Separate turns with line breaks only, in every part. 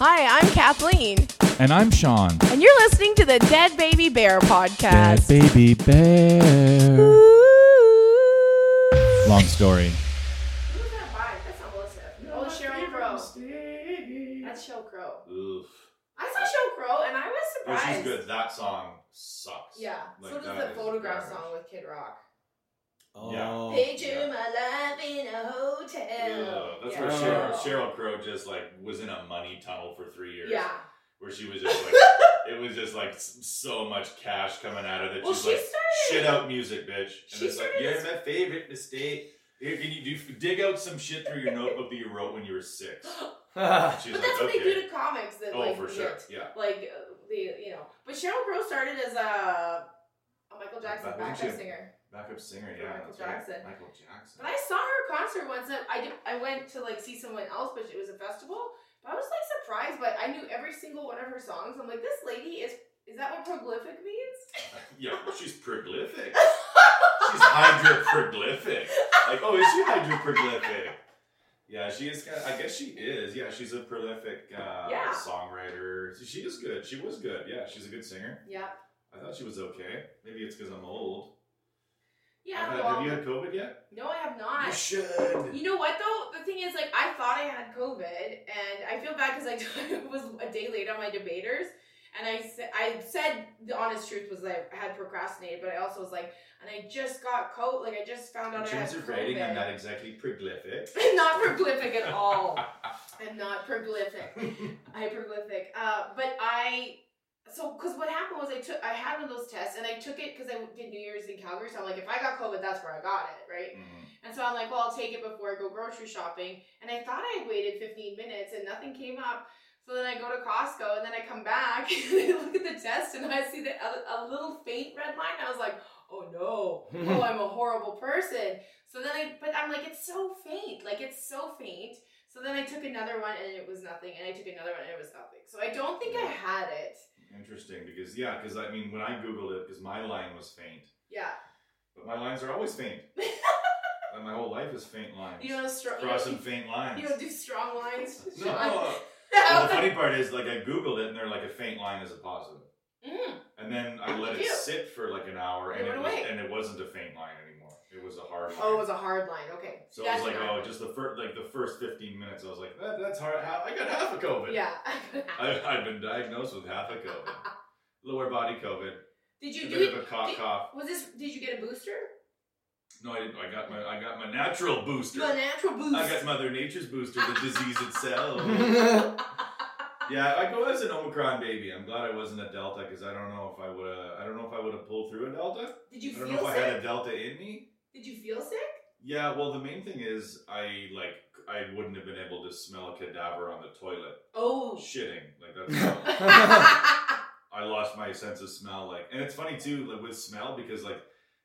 Hi, I'm Kathleen,
And I'm Sean.
and you're listening to the Dead Baby Bear
Bad
podcast.
baby bear.
Ooh.
Long story.
That's not Melissa. Oh, Cheryl Crow. That's Cheryl Crow.
Oof.
I saw Cheryl Crow, and I was
Oh,
surprised.
she's good. That song sucks.
Yeah.
Like,
so does
that
the
is
photograph
garbage. Oh,
song with Kid Rock.
Yeah.
Picture my life in a hotel.
Ugh, that's
yeah.
where Cheryl,
Oh.
Cheryl Crow just like was in a money tunnel for three years.
Yeah.
Where she was just like, it was just like s- so much cash coming out of it.
Well,
She's
she
like,
started.
shit out music, bitch. And
She
it's like,
started
yeah,
this-
my favorite mistake. Here, Can you do, dig out some shit through your notebook that you wrote when you were six?
yeah.
She's
But
like,
that's what
okay.
they do to comics that
oh,
like
for
get-
sure. Yeah.
like uh, the you know. But Cheryl Crow started as a, a Michael Jackson
Back-
backup
wasn't she a-
singer.
Backup singer,
For
yeah.
Michael
that's right.
Jackson.
Michael Jackson.
But I saw her concert once. At, I did, I went to like see someone else, but it was a festival. But I was like surprised. But I knew every single one of her songs. I'm like, this lady is. Is that what prolific means?
Yeah, well, she's prolific. She's hydroprolific. Like, oh, is she hydroprolific? Yeah, she is. Kind of, I guess she is. Yeah, she's a prolific uh,
Yeah.
songwriter. She is good. She was good. Yeah, she's a good singer.
yeah.
I thought she was okay. Maybe it's because I'm old.
Yeah.
I've had-
well,
have you had COVID yet?
no, I have not.
You should.
You know what though? The thing is, like, I thought I had COVID, and I feel bad because I was a day late on my debaters, and I sa- I said the honest truth was I had procrastinated, but I also was like, and I just got COVID, like I just found out
In
I had
terms
COVID.
of rating, I'm not exactly prolific.
I'm not prolific at all. Mm, I'm not prolific. Hyperglyphic. Uh, but I so because what happened was I took I had one of those tests and I took it because I did New Year's in Calgary. So I'm like, if I got COVID, that's where I got it, right?
Mm.
And so I'm like, well, I'll take it before I go grocery shopping. And I thought I waited 15 minutes and nothing came up. So then I go to Costco and then I come back and I look at the test and I see the, a, a little faint red line. I was like, oh no, oh, I'm a horrible person. So then I, but I'm like, it's so faint. Like, it's so faint. So then I took another one and it was nothing. And I took another one and it was nothing. So I don't think I had it.
Interesting, because yeah, because I mean, when I googled it, because my line was faint,
Yeah.
but my lines are always faint. Like, my whole life is faint lines.
You don't, str- you,
Draw some
don't,
faint lines.
you don't do strong lines.
no.
Sean.
Well, the funny part is, like, I googled it, and they're like, a faint line is a positive.
Mm.
And then I let
Ew.
it sit for like an hour,
It
and it,
went
was,
away.
and it wasn't a faint line anymore. It was a hard line.
Oh, it was a hard line. Okay.
so I was like,
Gotcha.
oh, just the first, like the first fifteen minutes, I was like, that, that's hard. How- I got half a COVID.
Yeah.
I, I've been diagnosed with half a COVID, lower body COVID,
did
a
you do
bit
it?
of a cough
did-
cough.
Was this? Did you get a booster?
No, I didn't. I got my I got my natural booster.
The natural boost.
I got Mother Nature's booster, the disease itself. Yeah, I go as an Omicron baby. I'm glad I wasn't a Delta because I don't know if I would have. I don't know if I would have pulled through a Delta.
did you
I don't
feel
know if I had
sick?
a Delta in me.
Did you feel sick?
Yeah, well, the main thing is I like I wouldn't have been able to smell a cadaver on the toilet
Oh.
shitting like that's. How,
yeah.
I lost my sense of smell. Like, and it's funny too, like with smell because like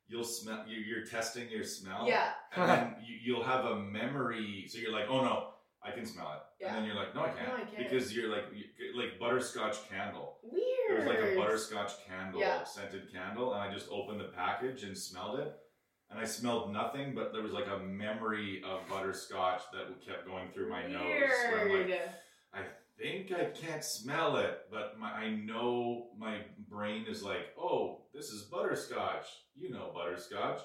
you'll smell you, you're testing your smell. And then you, you'll have a memory, so you're like, oh no, I can smell it,
Yeah.
and then you're like, no, I can't,
No, I can't.
because you're like you, like butterscotch candle. It
Weird.
was like a butterscotch candle,
Yeah.
scented candle, and I just opened the package and smelled it. And I smelled nothing, but there was like a memory of butterscotch that kept going through my nose. where I'm like,
Weird.
I think I can't smell it, but my, I know my brain is like, oh, this is butterscotch. You know butterscotch.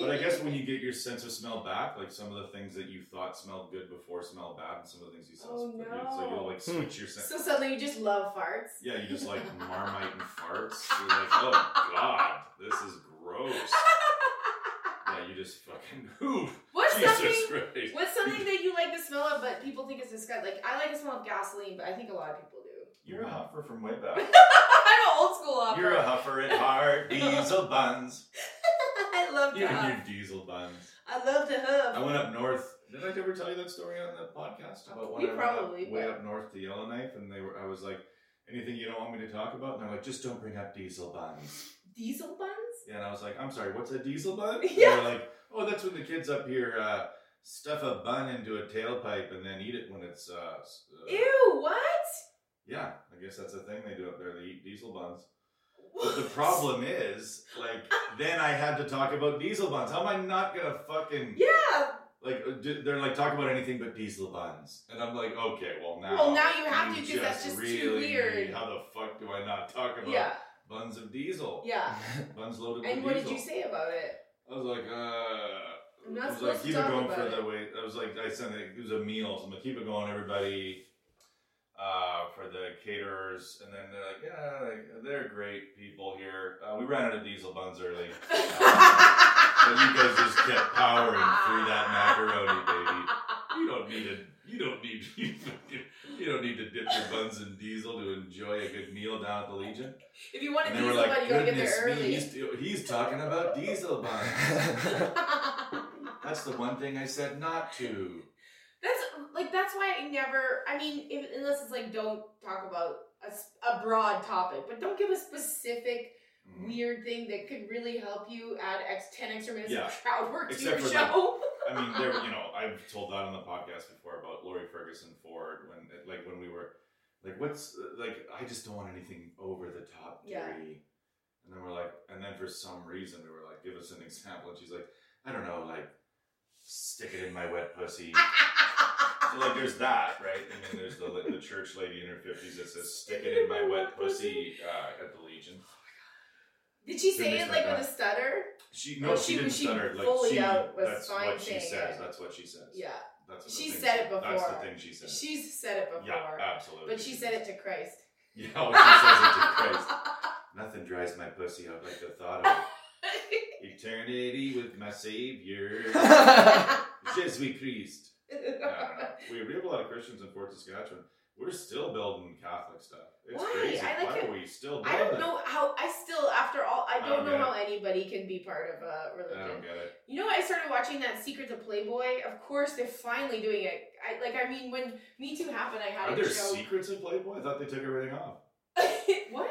But I guess when you get your sense of smell back, like some of the things that you thought smelled good before smell bad, and some of the things you smelled
Oh,
pretty good. So you'll like
no.
switch your sense.
so suddenly you just love farts.
Yeah, you just like marmite and farts. You're like, oh god, this is gross. Yeah, you just fucking ooh,
What's
Jesus
something?
Christ.
What's something that you like the smell of, but people think it's disgusting? Like I like the smell of gasoline, but I think a lot of people do.
You're a huffer from way back.
I'm an old school opera.
You're a huffer at heart. Diesel buns.
I love to
You and
huff.
your diesel buns.
I love to hoof.
I went up north. Did I ever tell you that story on the podcast about when
You
I went up-
probably,
way
but-
up north to Yellowknife and they were? I was like, anything you don't want me to talk about? And they're like, just don't bring up diesel buns.
Diesel buns?
Yeah, and I was like, I'm sorry, what's a diesel bun? And
Yeah.
They're like, oh, that's when the kids up here uh, stuff a bun into a tailpipe and then eat it when it's. Uh, s- uh,
Ew, what?
Yeah, I guess that's a thing they do up there. They eat diesel buns. But the problem is, like, then I had to talk about diesel buns. How am I not gonna fucking
Yeah,
like uh, d- they're like talk about anything but diesel buns, and I'm like, okay, well now,
Well, now you have to, 'cause that's just too
really
weird.
need- How the fuck do I not talk about
yeah,
buns of diesel?
yeah.
buns loaded
And
with
what
diesel.
did you say about it?
I was like, uh.
I'm
I
not
was like,
supposed to
keep it
talk
going
about
for
it.
the way. I was like, I sent it. It was a meal. So I'm like, keep it going, everybody, uh, for the caterers. And then they're like, yeah, like, they're great people here. Uh, we ran out of diesel buns early, but you guys just kept powering through that macaroni, baby. You don't need it. You don't need. You, fucking- you don't need to dip your buns in diesel to enjoy a good meal down at the Legion.
If you want a
And they were
diesel
like,
bun, you gotta get
goodness
there
me,
early.
he's, he's talking about diesel buns. That's the one thing I said not to.
That's like that's why I never. I mean, if, unless it's like don't talk about a, s- a broad topic, but don't give a specific weird thing that could really help you add x ten extra minutes
Yeah.
of crowd work to
Except
your
for, like,
show.
I mean, there. You know, I've told that on the podcast before about Lori Ferguson Ford when, like, when we were, like, what's like, I just don't want anything over the top, Terry.
Yeah.
And then we're like, and then for some reason we were like, give us an example, and she's like, I don't know, like, stick it in my wet pussy. so like, there's that, right? And then there's the the church lady in her fifties that says, stick it in my wet pussy uh, at the Legion.
Did she say
Goodness,
it like
like
with a stutter?
She no,
Well,
she,
she-
didn't
she
stutter. Like
fully
she,
out was
that's
fine
what she
saying
says.
it.
That's what she says.
Yeah,
That's what
She
the thing
said it
That's the
before.
thing she said.
she's said it before,
Yeah, absolutely.
but she said it to Christ.
Yeah, well, she says it to Christ. Nothing dries my pussy out like the thought of eternity with my Savior, Jesus Christ. Yeah, I don't know. we, we have a lot of Christians in Fort Saskatchewan. We're still building Catholic stuff. It's
Why?
crazy.
I like
Why
it.
are we still building?
I don't know how. I still, after all, I
I
don't
don't
know
get
how anybody can be part of a
it. I
religion.
don't get it.
You know, I started watching that Secret to Playboy. Of course, they're finally doing it. I like. I mean, when Me Too happened, I had
Are
a
there
show.
secrets in Playboy? I thought they took everything off.
what?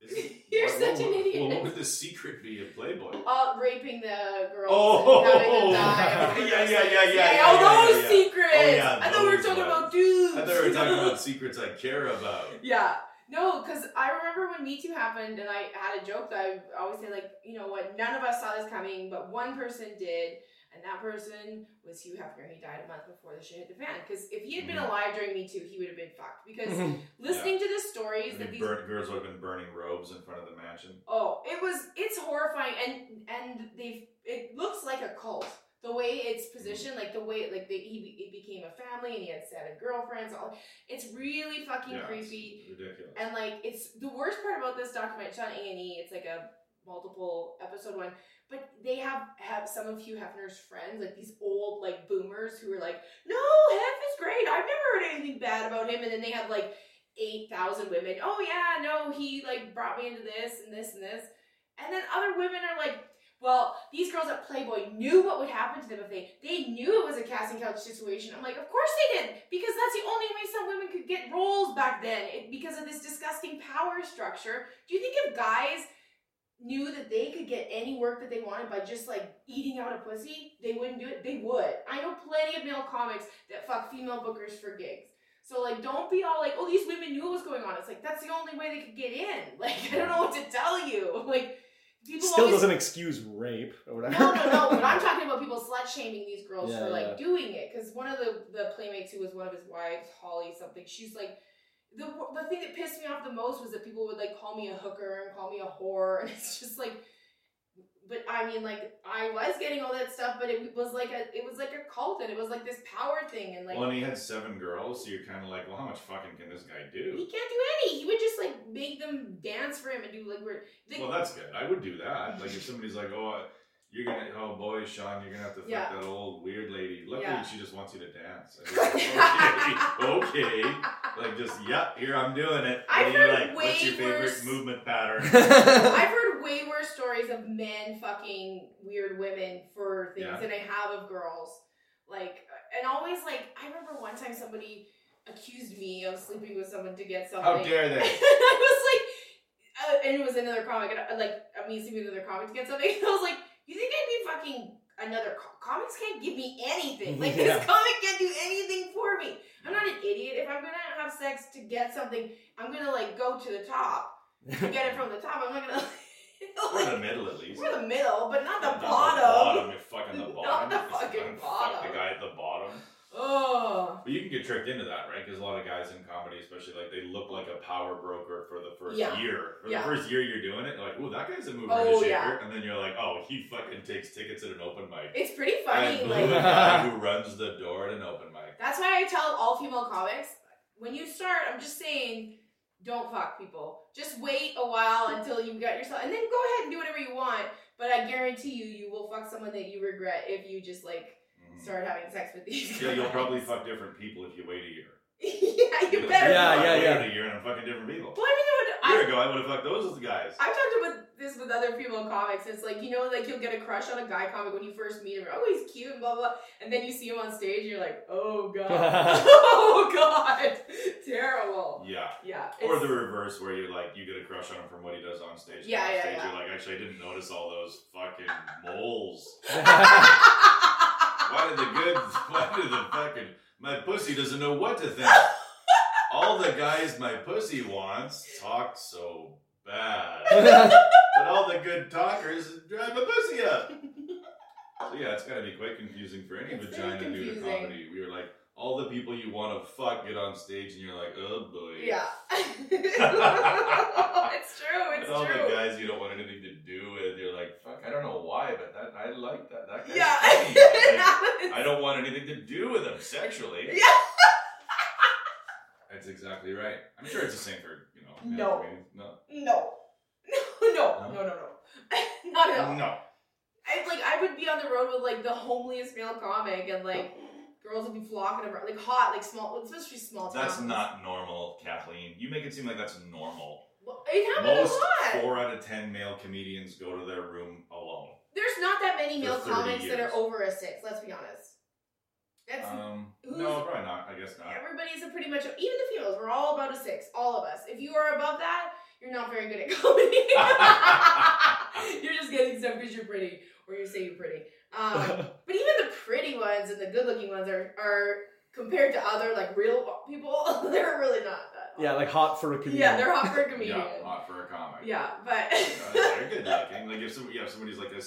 Is it-
You're
what-
such
what-
an idiot.
Well, what would the secret be of Playboy?
Uh, raping the girls.
Oh,
and having them die.
yeah, yeah, yeah, yeah, yeah,
all
yeah,
those
yeah.
secrets.
Oh, yeah,
I thought we were
those
talking about
ones.
dudes.
I thought we were talking about secrets I care about.
Yeah. No, because I remember when Me Too happened, and I had a joke that I always say, like, you know what, none of us saw this coming, but one person did, and that person was Hugh Hefner. He died a month before the shit hit the fan. Because if he had been
Mhm.
alive during Me Too, he would have been fucked. Because listening to the stories
And
that
they
these
burnt- girls would have been burning robes in front of the mansion.
Oh, it was it's horrifying and and they've it looks like a cult. The way it's positioned, like the way like they, he it became a family and he had seven girlfriends. All it's really fucking
Yeah, it's
creepy.
ridiculous.
And like it's the worst part about this documentary it's on A and E. It's like a multiple episode one, but they have have some of Hugh Hefner's friends, like these old like boomers who are like, no, Hef is great. I've never heard anything bad about him. And then they have like eight thousand women. Oh yeah, no, he like brought me into this and this and this. And then other women are like. Well, these girls at Playboy knew what would happen to them if they they knew it was a casting couch situation. I'm like, of course they did, because that's the only way some women could get roles back then, it, because of this disgusting power structure. Do you think if guys knew that they could get any work that they wanted by just like eating out a pussy, they wouldn't do it? They would. I know plenty of male comics that fuck female bookers for gigs. So like, don't be all like, oh, these women knew what was going on. It's like that's the only way they could get in. Like, I don't know what to tell you. Like, people
Still
always
doesn't excuse rape or whatever.
no, no, no. But I'm talking about people slut shaming these girls
Yeah,
for like
yeah.
doing it. Because one of the the playmates who was one of his wives, Holly something, she's like. The, the thing that pissed me off the most was that people would like call me a hooker and call me a whore and it's just like but I mean like I was getting all that stuff but it was like a it was like a cult and it was like this power thing and like
well, and he had seven girls, so you're kind of like, well, how much fucking can this guy
he
do?
can't do any he would just like make them dance for him and do like weird like,
Well, that's good. I would do that. Like if somebody's like, oh, uh, you're gonna, oh boy, Sean, you're gonna have to fuck
Yeah.
that old weird lady. Luckily,
Yeah.
she just wants you to dance. I'd be like, okay, okay. Like just, yep, here I'm doing it.
I've
and you're
heard
like, what's your
way
favorite
worse-
movement pattern?
I've
I've heard way worse stories of men fucking weird women for things
Yeah.
than I have of girls. Like, uh, and always like, I remember one time somebody accused me of sleeping with someone to get something.
how dare
And
they?
I was like, uh, and it was another comic, and I, like uh, me sleeping with another comic to get something. I was like, you think I'd be fucking another co- comics can't give me anything. Like
Yeah.
this comic can't do anything for me. I'm not an idiot. If I'm gonna have sex to get something, I'm gonna like go to the top to get it from the top. I'm not gonna.
We're in the middle at least.
We're the middle, but not the
Not
bottom.
You're fucking the
Not
bottom.
the fucking
Fuck
bottom.
the get tricked into that, right? Because a lot of guys in comedy, especially like they look like a power broker for the first
Yeah.
year. For
Yeah.
the first year you're doing it, you're like, ooh, that guy's a mover
Oh,
and a shaker.
yeah.
And then you're like, oh, he fucking takes tickets at an open mic.
It's pretty
I
funny.
blew
Like
a guy who runs the door at an open mic.
That's why I tell all female comics when you start, I'm just saying, don't fuck people. Just wait a while until you got yourself, and then go ahead and do whatever you want. But I guarantee you, you will fuck someone that you regret if you just like
Mhm.
start having sex with these. Guys.
Yeah, you'll probably fuck different people if you wait a year.
yeah, you
You're like,
better. not."
"Oh,
Yeah,
I
yeah,
Waited a year and I'm fucking different people.
Well, I mean,
A
I would,
year
I,
ago, I would have fucked those guys.
I've talked about this with other female comics. It's like you know, like you'll get a crush on a guy comic when you first meet him. Oh, he's cute and blah blah. blah. And then you see him on stage, and you're like, oh god, oh god, terrible.
yeah.
Yeah.
Or
it's-
the reverse, where you like you get a crush on him from what he does on stage. and
Yeah,
off
yeah,
stage,
yeah.
You're like, actually, I didn't notice all those fucking moles.
yeah,
Why did the good? Why did the fucking my pussy doesn't know what to think? All the guys my pussy wants talk so bad, but all the good talkers drive my pussy up. So yeah, it's gotta be quite confusing for any
It's very
vagina dude to
confusing.
comedy. We were like, all the people you want to fuck get on stage, and you're like, oh boy.
it's true.
And
It's
all the
true.
guys you don't want anything to do with, you're like, fuck, I don't know why, but that I like that. That guy's
Yeah.
funny. Like, I don't want anything to do with him sexually.
Yeah.
That's exactly right. I'm sure it's the same for you know. male
No.
comedians. No.
No. No. No. No. No. No. Not at all.
No.
I like. I would be on the road with like the homeliest male comic, and like girls would be flocking around, like hot, like small, especially small towns.
That's not normal, Kathleen. You make it seem like that's normal.
Well, it happened
Most
a lot.
four out of ten male comedians go to their room alone.
There's not that many
For
male
30
comics that
years.
are over a six. Let's be honest. That's
Um,
who's-
no, probably not. I guess not.
Everybody's a pretty much even the females. We're all about a six, all of us. If you are above that, you're not very good at comedy. you're just getting stuff because you're pretty, or you say you're pretty. Um, but even the pretty ones and the good-looking ones are are compared to other like real people. they're really not that.
yeah, like hot for a comedian.
yeah, they're hot for a comedian.
Yeah, not for a comic.
Yeah, but
Uh, they're good looking. Like if some, yeah, if somebody's like a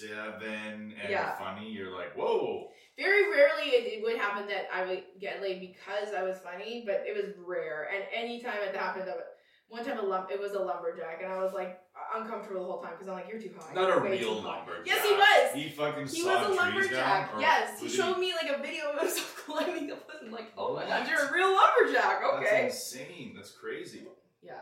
seven and
Yeah.
funny, you're like, whoa.
very rarely it, it would happen that I would get laid because I was funny, but it was rare. And anytime it happened, I would, one time a lump, it was a lumberjack, and I was like uncomfortable the whole time because I'm like, you're too high.
Not a
Way
real
too high."
lumberjack.
Yes, he was.
He fucking
He
sawed
was a
trees
lumberjack.
down, or
yes, he
was it-
showed me like a video of himself climbing up, and I'm like, oh my god,
What?
you're a real lumberjack. Okay.
That's insane. That's crazy.
Yeah.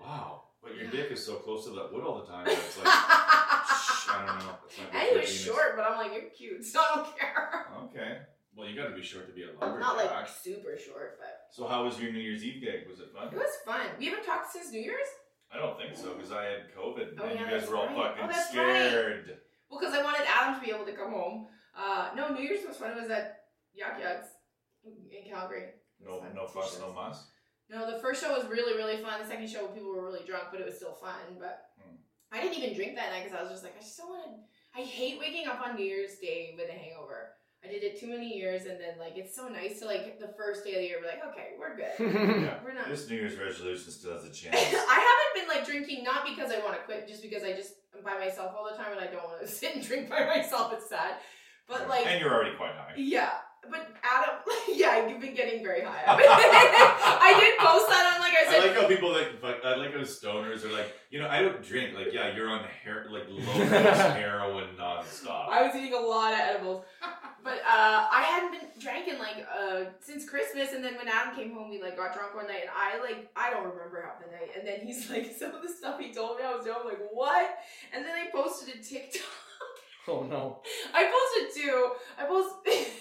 Wow. But your
Yeah.
dick is so close to that wood all the time. that It's like, shh, I don't know. That's not good
and he
for
was
penis.
short, but I'm like, you're cute, so I don't care.
Okay. Well, you got to be short to be a lumberjack.
Not like super short, but
so, how was your New Year's Eve gig? Was it fun?
it was fun. We haven't talked since New Year's.
I don't think so because I had COVID
Oh,
and
yeah,
you guys
that's
were all
right.
fucking
Oh, that's right.
scared.
Well, because I wanted Adam to be able to come home. Uh, no, New Year's was fun. It was at Yak Yak's in Calgary. It was
No,
fun.
no
Two
fuss,
shows.
no muss.
No, the first show was really, really fun. The second show, people were really drunk, but it was still fun. But
Hmm.
I didn't even drink that night because I was just like, I just don't want to. I hate waking up on New Year's Day with a hangover. I did it too many years, and then like it's so nice to like the first day of the year, be like, okay, we're good.
Yeah.
We're not.
This New Year's resolution still has a chance.
I haven't been like drinking not because I want to quit, just because I just am by myself all the time and I don't want to sit and drink by myself. It's sad, but like
and you're already quite high.
yeah. But Adam, yeah, you've been getting very high. I did post that on like I
I
said.
like how people like fuck, I like how stoners are like, you know, I don't drink. Like, yeah, you're on hair like low dose heroin nonstop.
I was eating a lot of edibles, but uh, I hadn't been drinking like uh, since Christmas. And then when Adam came home, we like got drunk one night, and I like I don't remember half the night. And then he's like, some of the stuff he told me I was doing, I'm like what? And then I posted a TikTok.
oh no.
I posted two. I posted.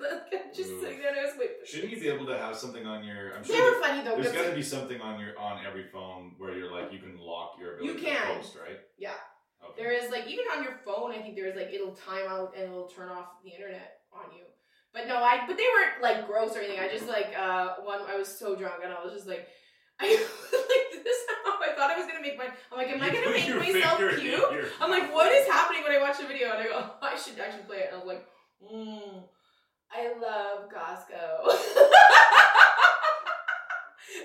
like, I'm just
Oof.
sitting there and I was waiting.
Shouldn't you be able to have something on your? I'm
They
sure
were funny though.
there's
because-
got to be something on your on every phone where you're like you can lock your
You
ability
can.
to post, right?
Yeah.
Okay.
There is like even on your phone, I think there's like it'll time out and it'll turn off the internet on you. But no, I but they weren't like gross or anything. I just like uh one I was so drunk and I was just like I like this I thought I was gonna make my I'm like, am I
You
gonna
put
make
your
myself
finger in
cute?
your-
I'm like, what is happening when I watch the video? And I go, oh, I should actually play it. And I was like, mmm, I love Costco.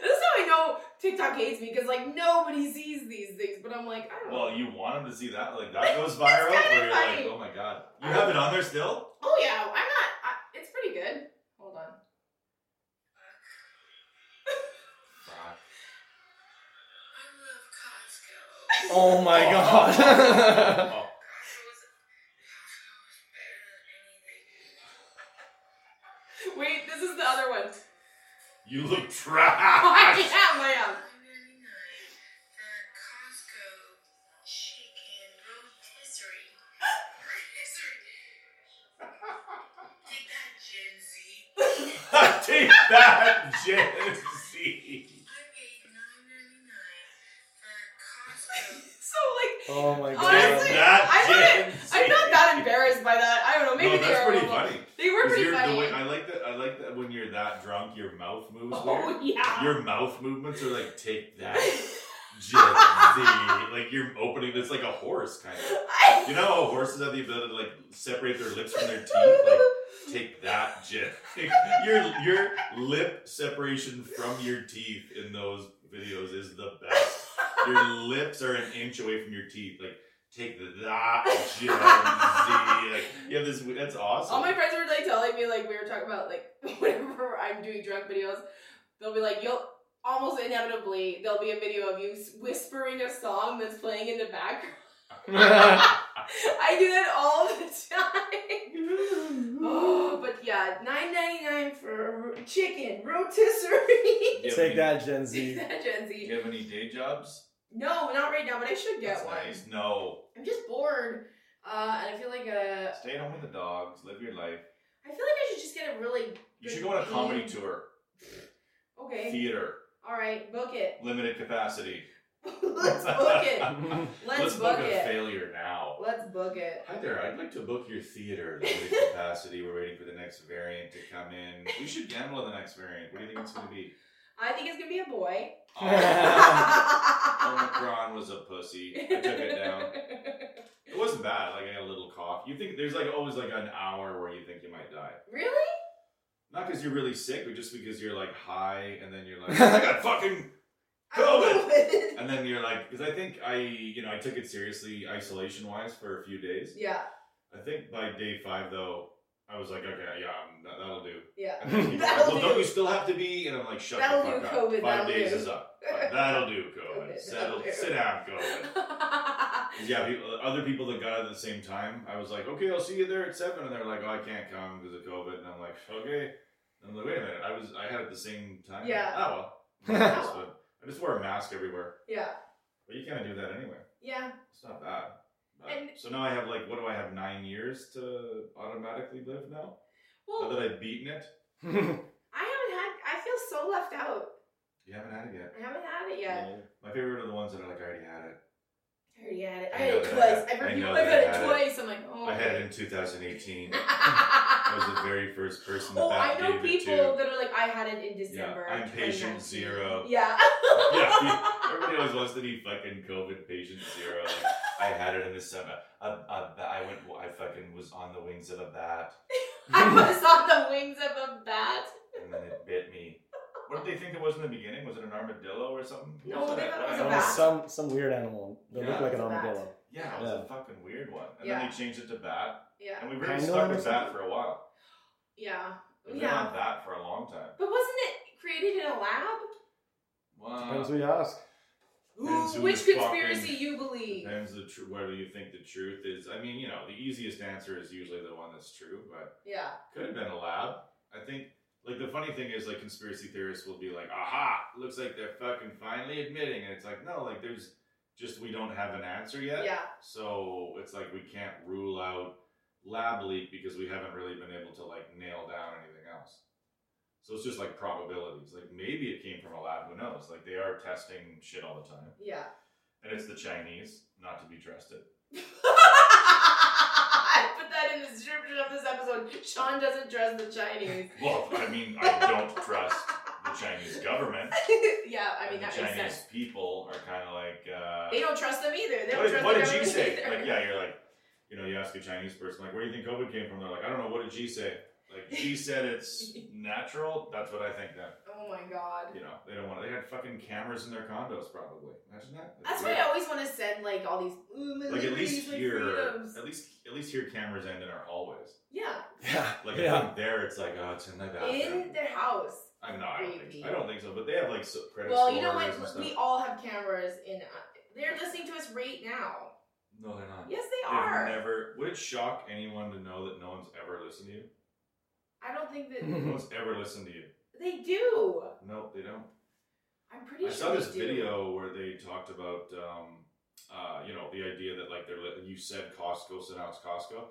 this is how I know TikTok hates me because like nobody sees these things. But I'm like, I don't know.
Well, you want them to see that, like that goes viral,
kinda
where you're
funny.
like, oh my god, you have it on there still.
Oh yeah, I'm not. I, it's pretty good. Hold on.
Oh my god.
Wait, this is the other one.
you look
I
trash.
am, I am.
Take that, Gen Z.
So like,
Oh my god.
Honestly,
that
I wouldn't-
Gen Z.
I'm not that embarrassed by that. I don't know. Maybe
no,
they
that's
were. a
pretty
little-
funny.
They were
'Cause
pretty
you're- the
funny.
way- I like that. I like that when you're that drunk, your mouth moves
oh
weird.
yeah.
Your mouth movements are like, take that, Gen Z. like you're opening. It's like a horse kind of. You know how horses have the ability to like separate their lips from their teeth? Like, take that, Jim. your your lip separation from your teeth in those videos is the best. Your lips are an inch away from your teeth. Like, take that, Jim. Z. Like, you have this. That's awesome.
All my friends were like telling me like we were talking about like whenever I'm doing drunk videos, they'll be like you'll almost inevitably there'll be a video of you whispering a song that's playing in the background. I do that all the time. oh, but yeah, nine ninety nine for a ro- chicken rotisserie.
Do you have
Take
any-
that, Gen Z.
Gen
Do
Z.
you have any day jobs?
No, not right now, but I should get
That's
one.
nice. No.
I'm just bored, uh, and I feel like uh,
Stay at home with the dogs. Live your life.
I feel like I should just get a really
You should go on a comedy tour.
okay.
Theater.
All right, book it.
Limited capacity.
Let's book it. Let's, book,
book a
it.
failure now.
Let's book it.
Hi there, I'd like to book your theater limited capacity. We're waiting for the next variant to come in. We should gamble on the next variant. What do you think it's going to be?
I think it's gonna be a boy.
Oh, Omicron was a pussy. I took it down. It wasn't bad. Like I had a little cough. You think there's like always like an hour where you think you might die.
Really?
Not because you're really sick, but just because you're like high, and then you're like, I got fucking COVID. And then you're like, because I think I, you know, I took it seriously isolation wise for a few days.
yeah,
I think by day five though, I was like, okay, yeah, I'm- that- that'll do.
yeah.
And then he's like,
That'll
well,
do.
don't you still have to be? And I'm like, shut
That'll
the fuck
do,
up.
COVID,
5
that'll
days
do.
is up. But That'll do, COVID.
COVID,
Settle,
that'll do.
sit down, COVID. 'Cause, Yeah, people, other people that got it at the same time, I was like, okay, I'll see you there at seven, and they're like, oh, I can't come because of COVID, and I'm like, okay. And I'm like, wait a minute, I was, I had it at the same time.
Yeah.
Oh well. That's fine. I just wear a mask everywhere,
yeah,
but you kind of do that anyway.
yeah.
It's not bad. But-
And-
so now I have like, what do I have? Nine years to automatically live now. Now
Well,
that I've beaten it,
I haven't had. I feel so left out.
you haven't had it yet.
I haven't had it yet.
No. My favorite are the ones that are like I already had it.
I already had it. I
I
had it
know that I
twice.
had-
I've heard
I
people
know
have
that I
had it
had it.
twice. I'm like, oh.
I had it in 2018. I was the
I
very first person that
Oh,
that
I know
gave it
people
to.
that are like, I had it in
Yeah,
December.
I'm patient
2019."
zero.
Yeah.
yeah, everybody always wants to be fucking COVID patient zero. Like, I had it in the summer. A, a, ba- I went. I fucking was on the wings of a bat,
I was on the wings of a bat.
and then it bit me. What did they think it was in the beginning? Was it an armadillo or something?
No,
What
they thought it was
I
a
don't
bat.
know.
some some weird animal that
Yeah.
looked like an
It's a bat.
armadillo.
Yeah, it was a fucking weird one. And
Yeah.
then they changed it to bat,
Yeah.
and we really
Pangolin
stuck
or
with bat
something?
for a while.
Yeah.
We've been
Yeah.
on bat for a long time.
But wasn't it created in a lab?
Wow.
Depends who you ask.
Depends
Who,
who
which
was fucking-
conspiracy you believe?
Depends the tr- whether you think the truth is. I mean, you know, the easiest answer is usually the one that's true, but
Yeah.
could have been a lab. I think. Like the funny thing is, like conspiracy theorists will be like, "Aha! Looks like they're fucking finally admitting," and it's like, no, like there's just we don't have an answer yet.
Yeah.
So it's like we can't rule out lab leak because we haven't really been able to like nail down anything else. So it's just like probabilities. Like maybe it came from a lab. Who knows? Like they are testing shit all the time.
Yeah.
And it's the Chinese, not to be trusted.
I put that in the description of this episode. Sean doesn't trust the Chinese.
Well, I mean, I don't trust the Chinese government.
yeah, I mean
and the
that
Chinese
makes sense.
people are kind of like,
They don't trust them either. They
uh,
don't
what,
trust the government
what did Xi say?
either.
Like, yeah, you're like, you know, you ask a Chinese person, like, where do you think COVID came from? They're like, I don't know. What did Xi say? Like, Xi said it's natural. That's what I think. That
Oh my god.
you know, they don't want. to They had fucking cameras in their condos, probably. Imagine that.
That's why
weird.
I always want to send like all these "Ooh, my
Like at
liberties,
least
my
here,
freedoms."
at least at least here, cameras end in our hallways.
Yeah.
Yeah.
Like I
yeah.
think there, it's like, oh, it's in the bathroom.
In their house.
I'm not. I don't, think
Creepy.
so. I don't think so. But they have like so- credit
Well,
scores
you know
and
what?
stuff.
We all have cameras in. uh, They're listening to us right now.
No, they're not.
Yes, they
They've
are.
never. Would it shock anyone to know that no one's ever listened to you?
I don't think that
No one's ever listened to you.
they do.
Nope, they don't.
I'm pretty
I
sure.
saw this
they do.
video where they talked about, um, uh, you know, the idea that like they're li- you said Costco, so now it's Costco.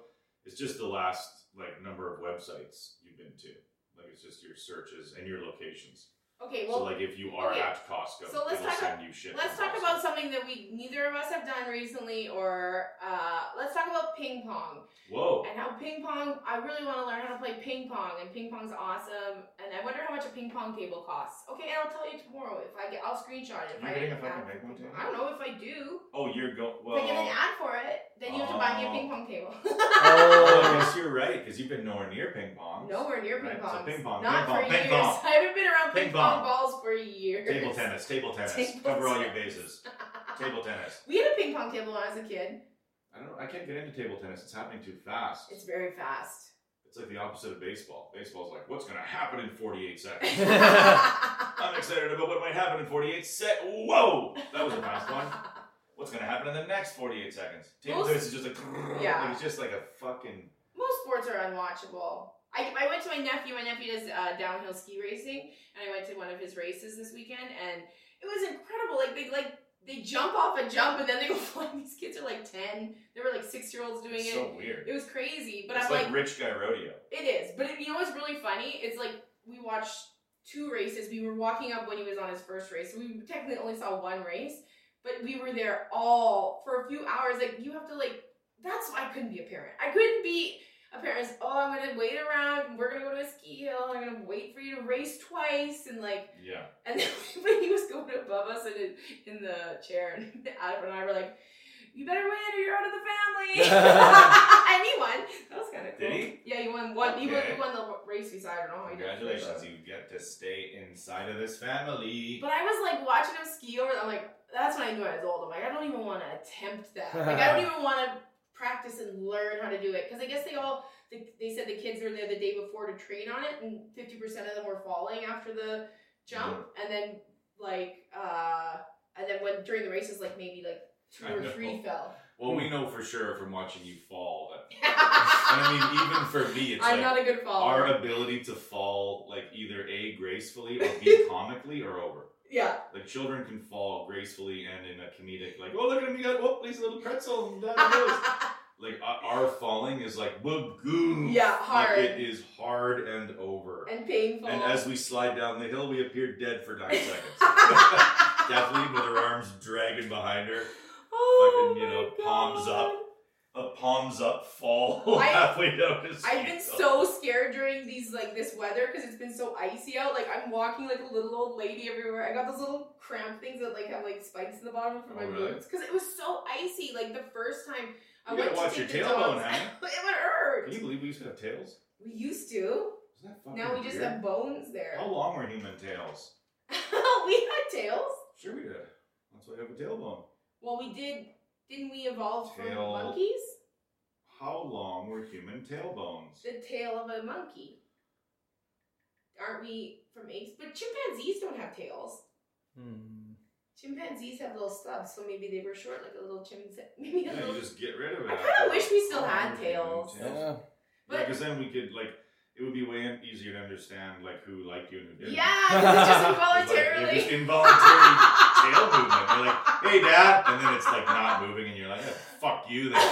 It's just the last like number of websites you've been to. Like it's just your searches and your locations.
Okay, well,
so like if you are
okay.
at Costco,
So let's
it'll
talk
send you shit.
let's
from
talk
Costco.
about something that we neither of us have done recently, or uh, let's talk about ping pong.
Whoa.
and how ping pong i really want to learn how to play ping pong and ping pong's awesome and i wonder how much a ping pong table costs okay i'll tell you tomorrow if i get i'll screenshot it if
You
i
getting a
get
fucking
ad
big
for
one,
ping
too?
pong. i don't know if i do
Oh, you're going.
if i get an
Well,
ad for it then you have to buy me a
Oh.
ping pong table
well, I
Oh,
guess you're right because you've been nowhere near ping pong.
nowhere near ping
Right,
pong
so ping pong,
not
ping pong,
for years
ping pong.
i haven't been around ping,
Ping
pong.
pong.
balls for years
Table tennis, table tennis.
Table
Cover all your
tennis.
bases. table tennis.
we had a ping pong table when i was a kid
I don't know. I can't get into table tennis. It's happening too fast.
it's very fast
It's like the opposite of baseball. Baseball's like, what's going to happen in 48 seconds? I'm
that
excited about what might happen in 48 sec. Whoa! That was a fast one. What's going to happen in the next 48 seconds? Table
Most-
tennis is just like,
Yeah.
like, it's just like a fucking.
most sports are unwatchable. I, I went to my nephew. My nephew does uh, downhill ski racing, and I went to one of his races this weekend, and it was incredible. Like they like they jump off a jump, and then they go flying. These kids are like ten. There were like six year olds doing
It's
it.
so weird.
it was crazy, but
it's
I'm
like,
like,
rich guy rodeo.
it is. But it, you know what's really funny? It's like we watched two races. We were walking up when he was on his first race, so we technically only saw one race, but we were there all for a few hours. Like you have to like. That's why I couldn't be a parent. I couldn't be a parent. Is, oh, I'm gonna wait around. and We're gonna go to a ski hill. and I'm gonna wait for you to race twice, and like,
Yeah.
and then when he was going above us in in the chair, and Adam and I were like. You better win, or you're out of the family. and he won. That was kind of cool.
Did he?
Yeah, you won one. You won,
Okay.
you won the race beside. I don't know how Oh, you did it,
Congratulations, you get to stay inside of this family.
But I was like watching him ski over. I'm like, that's when I knew I was old. I'm like, I don't even want to attempt that. Like, I don't even want to practice and learn how to do it because I guess they all. They, they said the kids were there the day before to train on it, and fifty percent of them were falling after the jump, and then like, uh, and then when during the races, like maybe like two
I
or
know.
three fell.
Well, we know for sure from watching you fall. And I mean, even for me, it's
I'm
like
not a good faller.
our ability to fall, like either A, gracefully or B, comically, are over.
yeah,
Like children can fall gracefully and in a comedic, like, oh, look at him, he got, oh, he's a little pretzel. and down he goes. like, our our falling is like, wagoo.
yeah, hard
Like, it is hard and over.
and painful.
And as we slide down the hill, we appear dead for nine seconds. Kathleen with her arms dragging behind her,
oh
fucking, you
my
know, palms
God.
up. a palms up fall
I-
halfway down his
I've been so scared during these like this weather because it's been so icy out. Like I'm walking like a little old lady everywhere. I got those little cramp things that like have like spikes in the bottom for
Oh,
my
really?
boots because it was so icy. Like the first time I
You
went to
gotta watch
take
your
the
tailbone,
dogs-
huh?
it would hurt.
Can you believe we used to have tails?
We used to.
Isn't that fucking
Now we just
weird? Oh.
have bones there.
How long were human tails?
we had tails.
Sure we did. That's why I have a tailbone.
Well, we did. Didn't we evolve from
Tail.
monkeys?
How long were human tailbones?
The tail of a monkey. Aren't we from apes? But chimpanzees don't have tails.
Hmm.
Chimpanzees have little stubs, so maybe they were short, like a little chimpanzee. Maybe a
Yeah,
little.
you just get rid of it.
I
after
kinda
that.
wish we still
How long
had
were human
tails.
yeah.
Yeah,
But-
because then we could like it would be way easier to understand like who liked you and who didn't.
yeah, 'cause it's just
It's like,
involuntarily.
it's involuntary tail movement. You're like, hey dad, and then it's like not moving, and you're like, "Oh, fuck you then.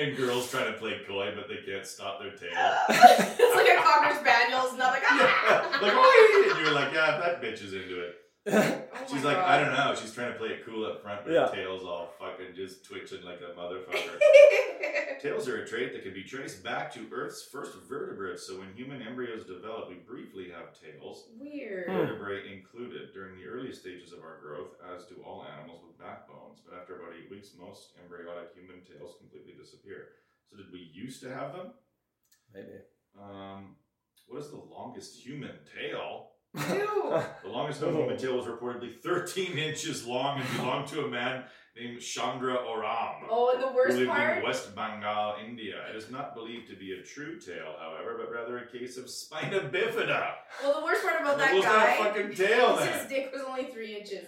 And girls try to play coy, but they can't stop their tail.
it's like a cocker spaniel, it's not like ah.
like, "Oi!" and you're like, yeah, that bitch is into it.
Oh
She's
my
like,
God.
I don't know. She's trying to play it cool up front, but
Yeah.
her tail's all fucking just twitching like a motherfucker. Tails are a trait that can be traced back to Earth's first vertebrates. So when human embryos develop, we briefly have tails,
Weird.
Hmm.
vertebrae included, during the earliest stages of our growth, as do all animals with backbones. But after about eight weeks, most embryonic human tails completely disappear. So did we used to have them?
Maybe.
Um, what is the longest human tail?
Ew.
Hmm. The longest known human tail was reportedly 13 inches long and belonged to a man named Chandra Oram.
Oh, and the
who
worst
lived
part.
in West Bengal, India. It is not believed to be a true tale, however, but rather a case of spina bifida.
Well, the worst part about that
what was that
guy.
fucking tale
is
then?
his dick was only three inches,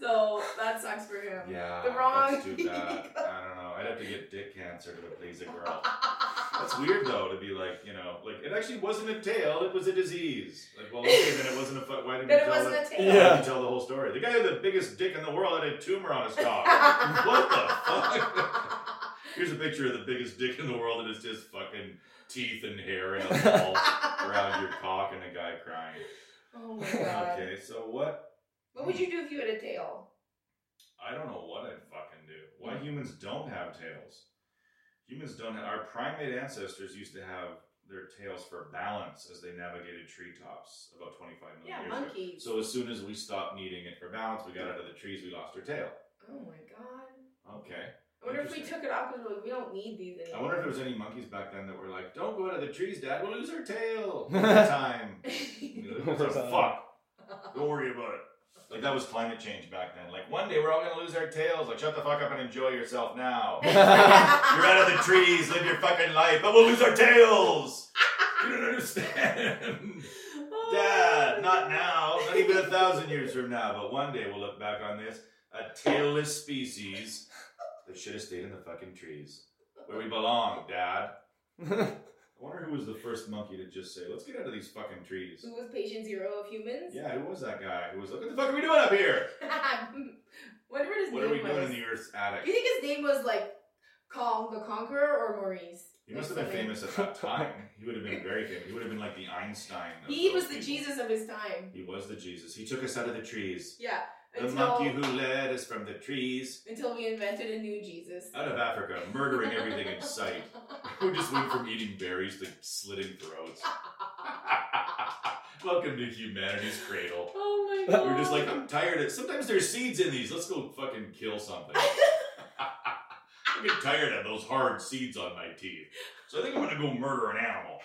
so that sucks for him.
Yeah,
The wrong-
that's too bad. I don't know. I'd have to get dick cancer to please a girl. That's weird though to be like, you know, like it actually wasn't a tale; it was a disease. Like, well, okay, then it wasn't a. Fu- why did
Then it
you tell
wasn't
the-
a tail.
Why
Yeah.
did you tell the whole story? The guy had the biggest dick in the world had a tumor on his cock. what the fuck? Here's a picture of the biggest dick in the world, and it's just fucking teeth and hair and a ball around your cock and a guy crying.
oh my god.
Okay, so what?
What would you do if you had a tail?
I don't know what I'd fucking do. Why humans don't have tails? Humans don't. Have, our primate ancestors used to have their tails for balance as they navigated treetops about 25 million
Yeah,
years ago.
monkeys.
So as soon as we stopped needing it for balance, we got out of the trees, we lost our tail.
oh my god.
Okay.
I wonder if we
Interesting.
took it off because like, we don't need these anymore.
I wonder if there was any monkeys back then that were like, "Don't go out of the trees, Dad. We'll lose our tail." Over time. You know, it's like, Fuck. Don't worry about it. Like that was climate change back then. Like one day we're all gonna lose our tails. Like shut the fuck up and enjoy yourself now. You're out of the trees. Live your fucking life, but we'll lose our tails. You don't understand,
Oh my
Dad. Not
God.
now. Not even a thousand years from now. But one day we'll look back on this a tailless species that should have stayed in the fucking trees where we belong, Dad. I wonder who was the first monkey to just say, let's get out of these fucking trees.
Who was patient zero of humans?
Yeah, who was that guy who was like, what the fuck are we doing up here?
wonder what his
What are
name
we
was.
doing in the Earth's
you
attic?
think his name was like Kong the Conqueror or Maurice?
He
Like
must have been
something.
famous at that time. He would have been very famous. He would have been like the Einstein. of
He
those
was the
people.
Jesus of his time.
He was the Jesus. He took us out of the trees.
Yeah.
The monkey who led us from the trees
until we invented a new Jesus.
out of Africa, murdering everything in sight. Who just went from eating berries to slitting throats. Welcome to humanity's cradle.
Oh my god.
We were just like, I'm tired of sometimes there's seeds in these. Let's go fucking kill something. I'm getting tired of those hard seeds on my teeth. So I think I'm gonna go murder an animal.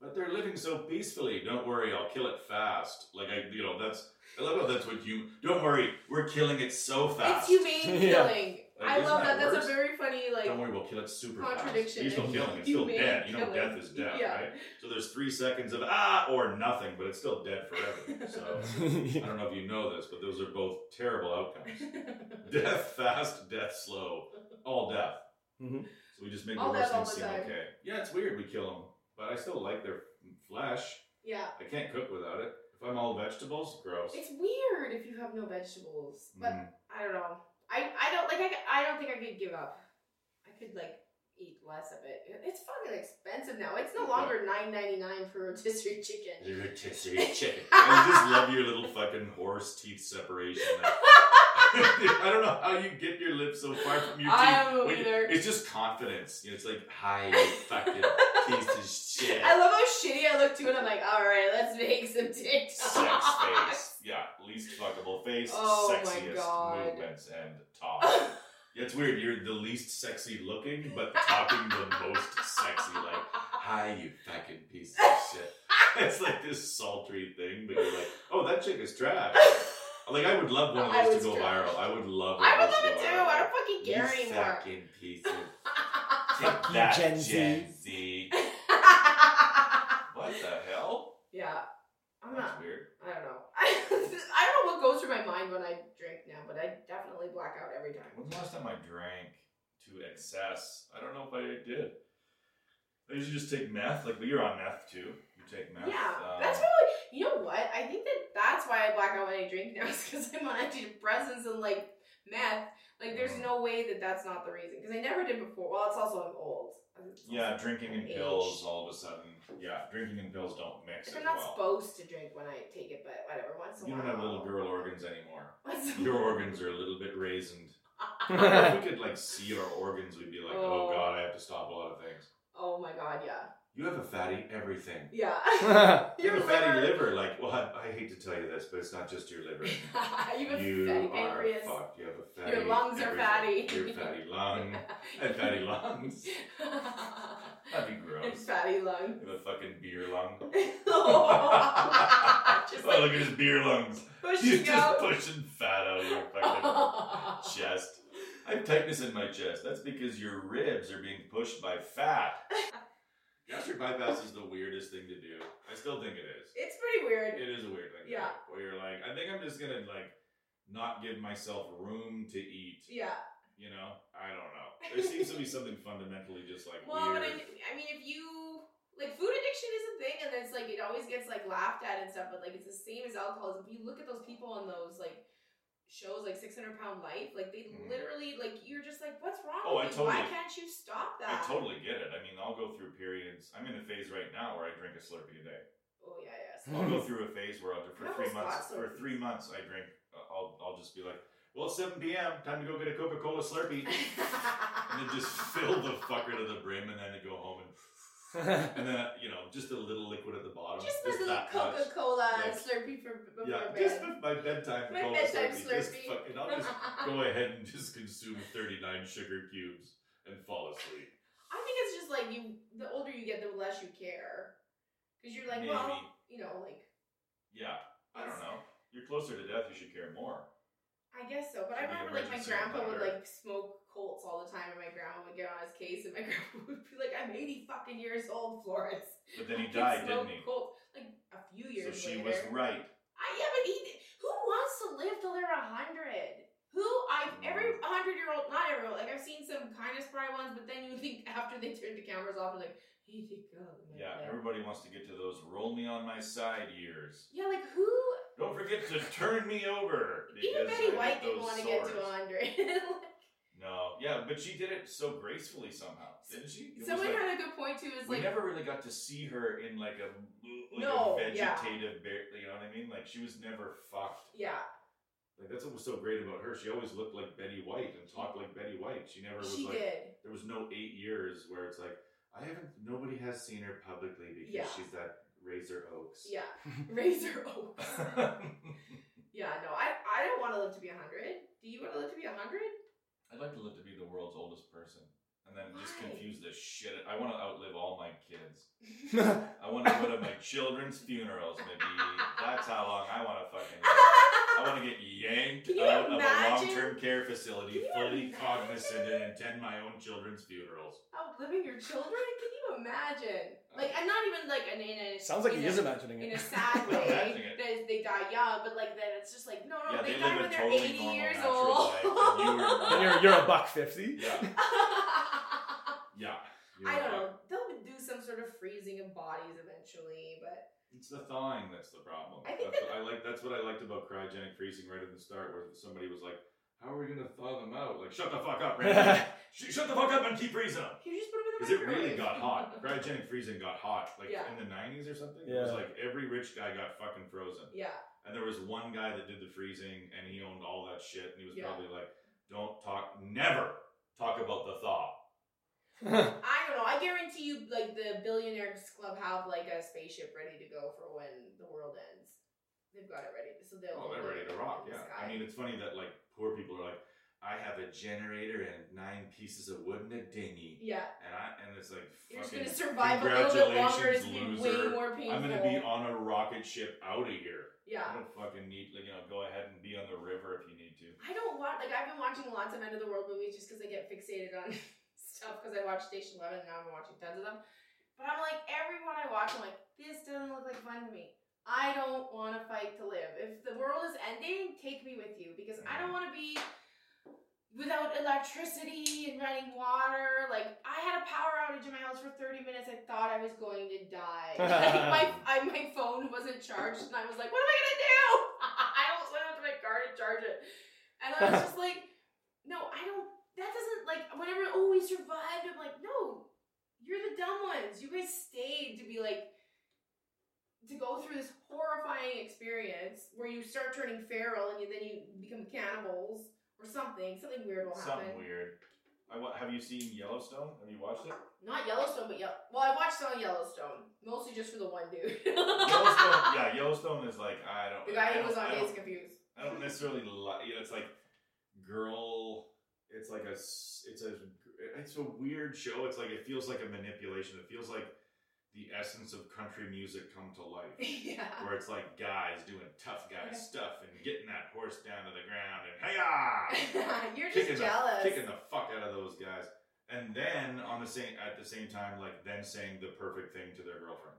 But they're living so peacefully. Don't worry, I'll kill it fast. Like I you know, that's I love how that's what you don't worry, we're killing it so
it's
fast.
humane
Yeah.
killing.
Like,
I
isn't
love
that
that. That's
worse?
a very funny like.
don't worry, we'll kill it super fast.
contradiction
You're still
and
killing, it's still
humane
dead. You know
killing.
death is death,
Yeah.
right? So there's three seconds of ah or nothing, but it's still dead forever. So I don't know if you know this, but those are both terrible outcomes. death fast, death slow, all death.
Mhm.
So we just make
All
the worst
death all
things
the
seem
time.
okay. Yeah, it's weird we kill them, but I still like their flesh.
yeah,
I can't cook without it. If I'm all vegetables, gross.
it's weird if you have no vegetables, but
Mm.
I don't know. I I don't like. I, c- I don't think I could give up. I could like eat less of it. It- It's fucking expensive now. It's no longer nine ninety nine for rotisserie chicken.
The rotisserie chicken. I just love your little fucking horse teeth separation. I don't know how you get your lips so far from your teeth.
I don't know
When you-
either.
It's just confidence. You know, it's like, hi, you fucking piece of shit.
I love how shitty I look too, and I'm like, all right, let's make some TikToks.
sex face. Yeah, least fuckable face,
Oh my
sexiest
God.
movements and talk. yeah, it's weird. You're the least sexy looking, but talking the most sexy. Like, hi, you fucking piece of shit. It's like this sultry thing, but you're like, oh, that chick is trash. Like, I would love one
I
of those
was
to go
trash.
viral. I would love. one
I would
of
love
those to
it
go
too.
viral.
I don't fucking
You
care anymore.
fucking piece of.
Fuck
Take
you,
that,
Gen Z.
Gen Z. What the hell?
yeah, I'm not.
That's weird.
I don't know. I don't know what goes through my mind when I drink now, but I definitely black out every time.
When's the last time I drank to excess? I don't know if I did. I usually just take meth. Like, but you're on meth too. You take meth.
yeah,
um,
that's probably. You know what? I think that that's why I black out when I drink now is because I'm on antidepressants and like meth. Like, there's
Mm-hmm.
no way that that's not the reason because I never did before. Well, it's also I'm old. It's also-
Yeah, drinking and
Age.
pills all of a sudden. Yeah, drinking and pills don't mix.
Like, I'm
as
not
well.
supposed to drink when I take it, but whatever. Once in
You
a
don't
while.
have little girl organs anymore.
Once in a
Your
while.
organs are a little bit raisined. if we could like see our organs, we'd be like, oh
Oh.
god, I have to stop a lot of things.
Oh my god, yeah,
You have a fatty everything.
yeah.
You
Your
have a fatty
liver.
liver. Like, well, I, I hate to tell you this, but it's not just your liver.
you have
you
fatty
are
pancreas.
fucked. You have a fatty.
Your lungs are
everything.
fatty.
Your fatty lung. I have fatty lungs. That'd be
It's
gross.
fatty lung.
You have a fucking beer lung.
just
oh,
like
look at his beer lungs.
push
He's
it
just
out.
pushing fat out of your fucking chest. I have tightness in my chest. That's because your ribs are being pushed by fat. Gastric bypass is the weirdest thing to do. I still think it is.
It's pretty weird.
It is a weird thing. to do,
Yeah.
Where you're like, I think I'm just gonna like not give myself room to eat.
Yeah.
You know? I don't know. There seems to be something fundamentally just like
Well,
weird.
but I, I mean, if you like food addiction is a thing, and it's like it always gets like laughed at and stuff, but like it's the same as alcoholism. If you look at those people on those like shows, like Six Hundred Pound Life, like they
Mhm.
literally like you're just like, what's wrong?
Oh,
with you?
I
Why
totally-
can't you stop
I
that?
totally get it. I mean, I'll go through periods. I'm in a phase right now where I drink a Slurpee a day.
Oh yeah, yeah. so-
I'll go through a phase where I'll do for
How
three
was
months.
last
For
Slurpee?
three months, I drink. uh, I'll I'll just be like, well, it's 7 p.m. Time to go get a Coca-Cola Slurpee, and then just fill the fucker to the brim, and then I go home and and then you know just a little liquid at the bottom.
Just a little
that much.
Coca Cola
Yeah.
Slurpee for before
Yeah,
bed.
just my bedtime
My
Cola
bedtime
Slurpee. Just
Slurpee.
fucking, I'll just go ahead and just consume 39 sugar cubes and fall asleep.
I think it's just like you. The older you get, the less you care, because you're like, well,
Maybe.
you know, like
Yeah, I don't know. You're closer to death. You should care more.
I guess so. But I
Should be
remember like my
emergency
grandpa would
powder.
like smoke Colts all the time, and my grandma would get on his case, and my grandpa would be like, "I'm 80 fucking years old, Florence."
But then he
I
died,
smoke
didn't he?
Colts. Like a few
So
years.
she
later.
was right.
I yeah, but he, who wants to live till they're a hundred? Who I have every
Mm.
hundred year old, not everyone. Like I've seen some kind of spry ones, but then you think after they turn the cameras off, and like, here you go. my
Yeah,
friend."
everybody wants to get to those roll me on my side years.
Yeah, like who?
Don't forget to turn me over.
Even
because I
Betty
hit
White didn't
those
want to get to
sores.
100.
No, yeah, but she did it so gracefully somehow, didn't she? It was
Someone
like-
had a good point too. Is
we
like,
never really got to see her in like a like
No,
a
yeah.
vegetative bear. You know what I mean? Like she was never fucked.
yeah,
Like that's what was so great about her. She always looked like Betty White and talked like Betty White. She never was
she
like
did.
there was no eight years where it's like I haven't. Nobody has seen her publicly because
Yeah.
she's that Razor Oaks.
Yeah, Razor Oaks.
I'd
yeah, no, I I don't want to live to be 100. Do you want to live to be 100?
like to live to be the world's oldest person, and then just
Why?
confuse the shit. I want to outlive all my kids. I want to go to my children's funerals. Maybe that's how long I want to fucking. Live. I want to get yanked
Can you
out of a
imagine-
long-term care
Can
facility,
you
fully
imagine?
cognizant, and attend my own children's funerals.
Outliving Oh, your children? Can you imagine?
Uh,
Like, and not even like an in a
Sounds like
in
he
a,
is imagining
in a
it.
sad
I'm
way
imagining it.
that they die young, but like that it's just like no, no,
yeah,
they,
they,
die
live
when
a
they're
totally
80
normal,
years
natural
old.
life. and you were
Then you're, you're a buck fifty.
yeah, yeah. you're
I don't
right.
know. They'll do some sort of freezing of bodies eventually, but
It's the thawing that's the problem.
I think
that's what I like. That's what I liked about cryogenic freezing right at the start, where somebody was like, "How are we gonna thaw them out?" Like, shut the fuck up, Randy. Sh- shut the fuck up and keep freezing them.
you just put them in
Because
the
it really
microwave.
got hot. Cryogenic freezing got hot, like
Yeah.
in the '90s or something. It
Yeah.
was like every rich guy got fucking frozen.
yeah.
And there was one guy that did the freezing and he owned all that shit. And he was
Yeah.
probably like, don't talk, never talk about the thaw.
Oh,
I don't know. I guarantee you, like the billionaires club have like a spaceship ready to go for when the world ends. They've got it ready, so they'll.
Oh, they're ready to rock. Yeah. I mean, it's funny that like poor people are like, I have a generator and nine pieces of wood and a dinghy.
yeah,
And I and it's like,
you're just
fucking,
gonna survive a little bit longer. It's gonna be
congratulations,
way
loser.
more painful.
I'm going to be on a rocket ship out of here. I
yeah.
don't fucking need, like, you know, go ahead and be on the river if you need to.
I don't watch like I've been watching lots of end of the world movies just because I get fixated on stuff because I watched Station Eleven and now I'm watching tons of them. But I'm like everyone I watch, I'm like this doesn't look like fun to me. I don't want to fight to live. If the world is ending, take me with you because I don't want to be without electricity and running water. Like I had a power outage in my house for 30 minutes. I thought I was going to die. Like, my I, my phone wasn't charged, and I was like, "What am I gonna do? I almost went out to my car to charge it." And I was just like, "No, I don't. That doesn't like whenever oh we survived." I'm like, "No, you're the dumb ones. You guys stayed to be like." To go through this horrifying experience where you start turning feral and you, then you become cannibals or something, something weird will happen.
Something weird. I, wa- have you seen Yellowstone? Have you watched it?
Not Yellowstone, but Yell- well, I watched some of Yellowstone mostly just for the one dude.
Yellowstone, yeah, Yellowstone is like I don't.
The
I
guy who
don't-
was on
I
Days
don't,
Confused.
I don't necessarily like. You know, it's like girl. It's like a. s- It's a. It's a weird show. It's like it feels like a manipulation. It feels like the essence of country music come to life.
yeah.
Where it's like guys doing tough guy stuff and getting that horse down to the ground and hey
You're
Kicking
just
the-
jealous.
kicking the fuck out of those guys. And then on the same at the same time, like then saying the perfect thing to their girlfriend.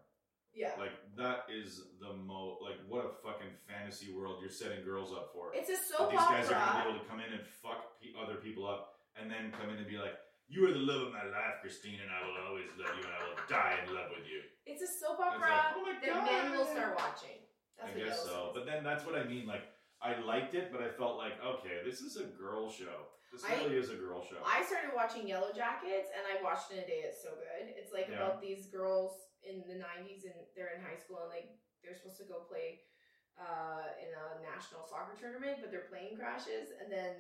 yeah.
Like that is the mo like what a fucking fantasy world you're setting girls up for.
It's a
That
soap
these guys are gonna be
opera.
able to come in and fuck pe- other people up, and then come in and be like, "You are the love of my life, Christine, and I will always love you, and I will die in love with you."
It's a soap
And it's like,
opera
oh my
that men will
God.
start watching. That's
I
what
guess
those
so,
is.
but then that's what I mean. Like, I liked it, but I felt like, okay, this is a girl show. This
I-
really is a girl show.
I started watching Yellow Jackets and I watched it in a day. It's so good. It's like
Yeah.
about these girls in the 90s and they're in high school and like they're supposed to go play uh, in a national soccer tournament, but their plane crashes. And then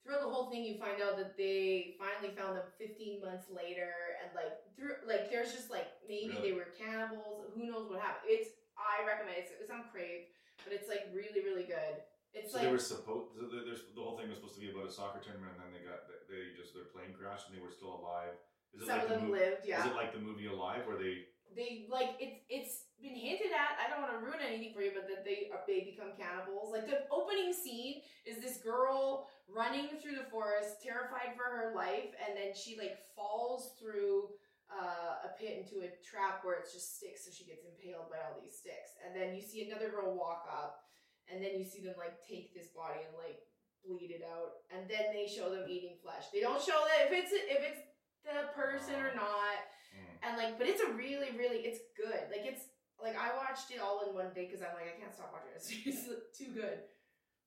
throughout the whole thing, you find out that they finally found them 15 months later. And like, through, like there's just like maybe
Really?
they were cannibals. Who knows what happened? It's, I recommend it. It's, it's on Crave, but it's like really, really good. It's
so
like,
they were supposed. So there- there's the whole thing was supposed to be about a soccer tournament, and then they got they- they just their plane crashed, and they were still alive. Is it
some
like
of
the
them
movie?
lived, yeah.
Is it like the movie Alive, where they
they like it's it's been hinted at. I don't want to ruin anything for you, but that they uh, they become cannibals. Like the opening scene is this girl running through the forest, terrified for her life, and then she like falls through uh, a pit into a trap where it's just sticks, so she gets impaled by all these sticks. And then you see another girl walk up, and then you see them like take this body and like bleed it out, and then they show them eating flesh. They don't show that if it's if it's the person or not
mm,
and like but it's a really really it's good like it's like i watched it all in one day because i'm like i can't stop watching this it's too good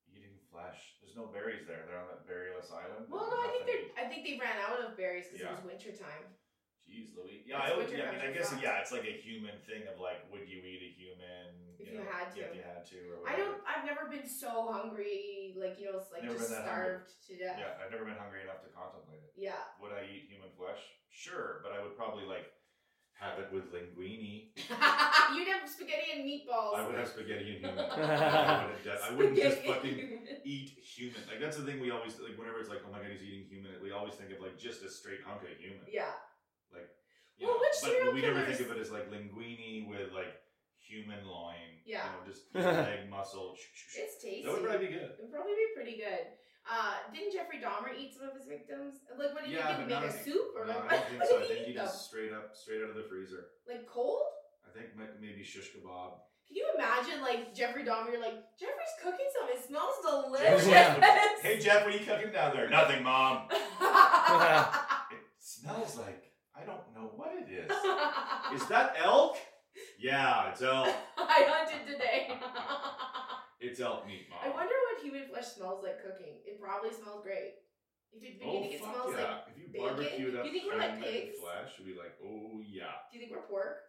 eating flesh? There's no berries there. They're on that berryless island.
well no i
There's
think
nothing to eat.
they are i think they ran out of berries because
Yeah.
it was winter time
Jeez, Louis.
It's
Yeah, I, would,
winter
yeah, I mean, I
country
guess
sauce.
yeah, it's like a human thing of like, would you eat a human?
If you had to.
if you had to, or
i
whatever.
don't i've never been so hungry like you know it's like
Never
just
been that
starved to death
Yeah, I've never been hungry enough to contemplate it.
yeah
Would I eat human flesh? Sure, but I would probably like have it with linguine.
you'd have spaghetti and meatballs
I would have spaghetti and human. I, would have done- I wouldn't just
Spaghetti
fucking
and human.
eat human. Like that's the thing we always like. Whenever it's like, oh my god, he's eating human, we always think of like just a straight hunk of human.
yeah
Like, you
Well,
know,
which serial
but we never think
killers-
of it as like linguine with like human loin.
Yeah.
You know, just leg muscle. Sh- sh- sh-
it's tasty
That would probably be good.
It would probably be pretty good. Uh, didn't Jeffrey Dahmer eat some of his victims? Like, what did
Yeah,
he do?
but
Make
not
a
any-
soup or
No,
like,
I don't think
what
so. I
did
think
he
he
eat them?
just straight up, straight out of the freezer.
Like cold?
I think mi- maybe shish kebab.
Can you imagine like Jeffrey Dahmer? You're like Jeffrey's cooking some. It smells delicious.
Jeffrey's like, hey Jeff, what are you cooking down there? Nothing, mom. It smells like I don't know what it is. Is that elk? Yeah, it's elk.
I hunted today.
It's elk meat, mom.
I wonder what human flesh smells like cooking. It probably smells great. If you, do you
Oh,
think it
fuck
smells
yeah.
like?
if you
bacon?
barbecued up
You think we're like
human
pigs?
flesh, you'd be like, oh yeah.
Do you think we're pork?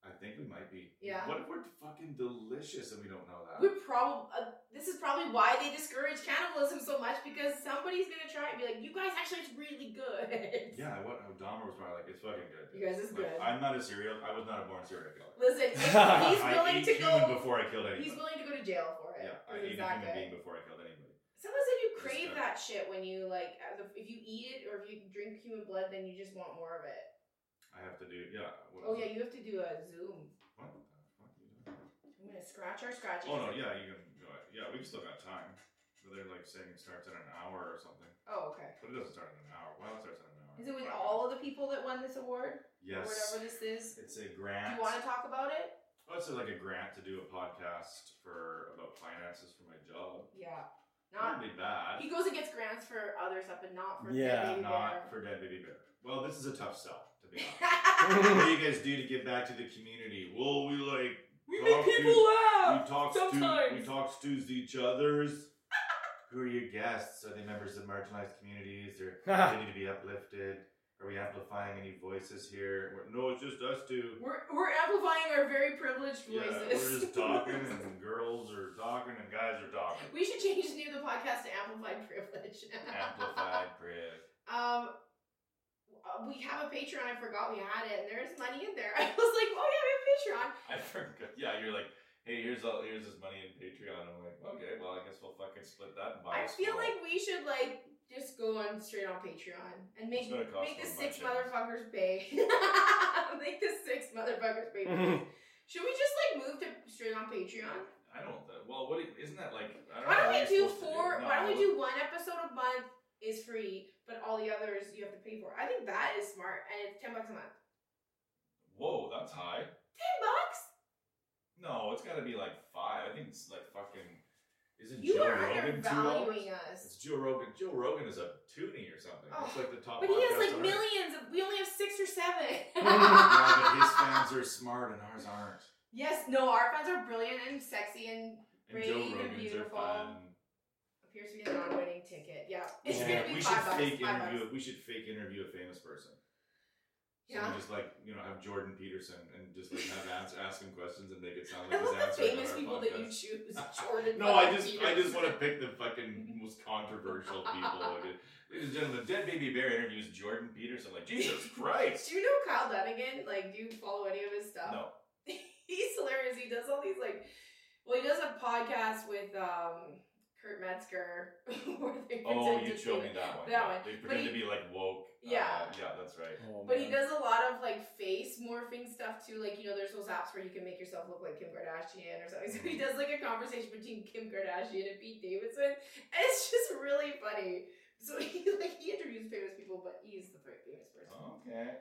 I think we might be.
Yeah.
What if we're fucking delicious and we don't know that?
We probably uh, this is probably why they discourage cannibalism so much because somebody's gonna try and be like, "You guys actually, it's really good."
yeah, I what Dahmer was probably like, it's fucking good.
You guys is
Like,
good.
I'm not a serial. I was not a born serial killer.
Listen, if he's
I
willing
ate
to
human
go.
before I killed anybody.
He's willing to go to jail for it.
yeah, I
Is that
ate a human
good?
being before I killed anybody.
Someone said you
It's
crave
good.
that shit when you like uh, the- if you eat it or if you drink human blood, then you just want more of it.
I have to do. Yeah. What
Oh yeah, you have to do a Zoom.
What the fuck? are you doing?
I'm gonna scratch our scratches.
Oh no. Yeah, you can go. ahead. Yeah, we still got time. But they're like saying it starts in an hour or something.
Oh, okay.
But it doesn't start in an hour. Well, it starts in an hour.
Is it with
Fuck.
all of the people that won this award? Or
Yes.
whatever this is.
It's a
Do
grant.
you want to talk about it?
Oh, it's like a grant to do a podcast for about finances for my job.
Yeah. Not
Not be bad.
He goes and gets grants for other stuff, but not for Dead
Yeah,
Baby
Not
Bear.
for Dead Baby Bear. Well, this is a tough sell, to be honest. what do you guys do to give back to the community? Well, we like
we
make people
laugh.
we talk to
Oh, sometimes.
we talk stews to each other's. Who are your guests? Are they members of marginalized communities, or do they need to be uplifted? Are we amplifying any voices here? We're- no, it's just us two.
We're, we're amplifying our very privileged
Yeah,
voices.
we're just talking, and girls are talking, and guys are talking.
we should change the name of the podcast to Amplified Privilege.
Amplified priv.
Um, uh, we have a Patreon. I forgot we had it, and there is money in there. I was like, oh yeah, we have a Patreon.
I forgot. Yeah, you're like, hey, here's all here's this money in Patreon. I'm like, okay, well, I guess we'll fucking split that. And
I
buy a
feel
small-
like we should like Just go on straight on Patreon and make
It's gonna cost
make the
one
six
buck, James.
motherfuckers pay. make the six motherfuckers pay.
Mhm.
Should we just like move to straight on Patreon?
I don't. Th- well, what do- isn't that like? I don't
Why
know
don't we
what
do
you're supposed to
four?
No,
why don't we
what-
do one episode a month is free, but all the others you have to pay for? I think that is smart, and it's ten bucks a month.
Whoa, that's high.
Ten bucks?
No, it's got to be like five. I think it's like fucking. Isn't
You
Joe
are
Rogan two dollars?
undervaluing us. Oh,
It's Joe Rogan. Joe Rogan is a toonie or something. It's like the top.
But he has
podcast
like
ever.
millions of. We only have six or
yeah, but his
seven.
fans are smart and ours aren't.
yes, no, our fans are brilliant and sexy and
And
Brave
Joe
and
Rogan's are
beautiful.
fun.
appears to be a non-winning ticket. Yeah, it's
Yeah,
gonna be
we should
five bucks.
fake
five
interview.
bucks.
We should fake interview a famous person. So
Yeah.
we just like you know have Jordan Peterson and just like have ask, ask him questions and make it sound
I
like his
love the
answers on
famous
our
people that you
podcast.
choose. Jordan.
No, I
Peele,
just I
Peterson.
just want to pick the fucking most controversial people. Like, ladies and gentlemen, Dead Baby Bear interviews Jordan Peterson. Like Jesus Christ.
Do you know Kyle Dunnigan? Like, do you follow any of his stuff?
No,
He's hilarious. He does all these like, well, he does a podcast with um Kurt Metzger. where they
oh,
pretend
you
to
showed
be-
me that one.
That one.
They
But
pretend
he-
to be like woke.
Yeah.
uh, yeah, that's right.
Oh,
But he
man.
does a lot of like face morphing stuff too. Like, you know, there's those apps where you can make yourself look like Kim Kardashian or something. So he does like a conversation between Kim Kardashian and Pete Davidson. And it's just really funny. So he like he interviews famous people, but he's the very famous person.
Okay.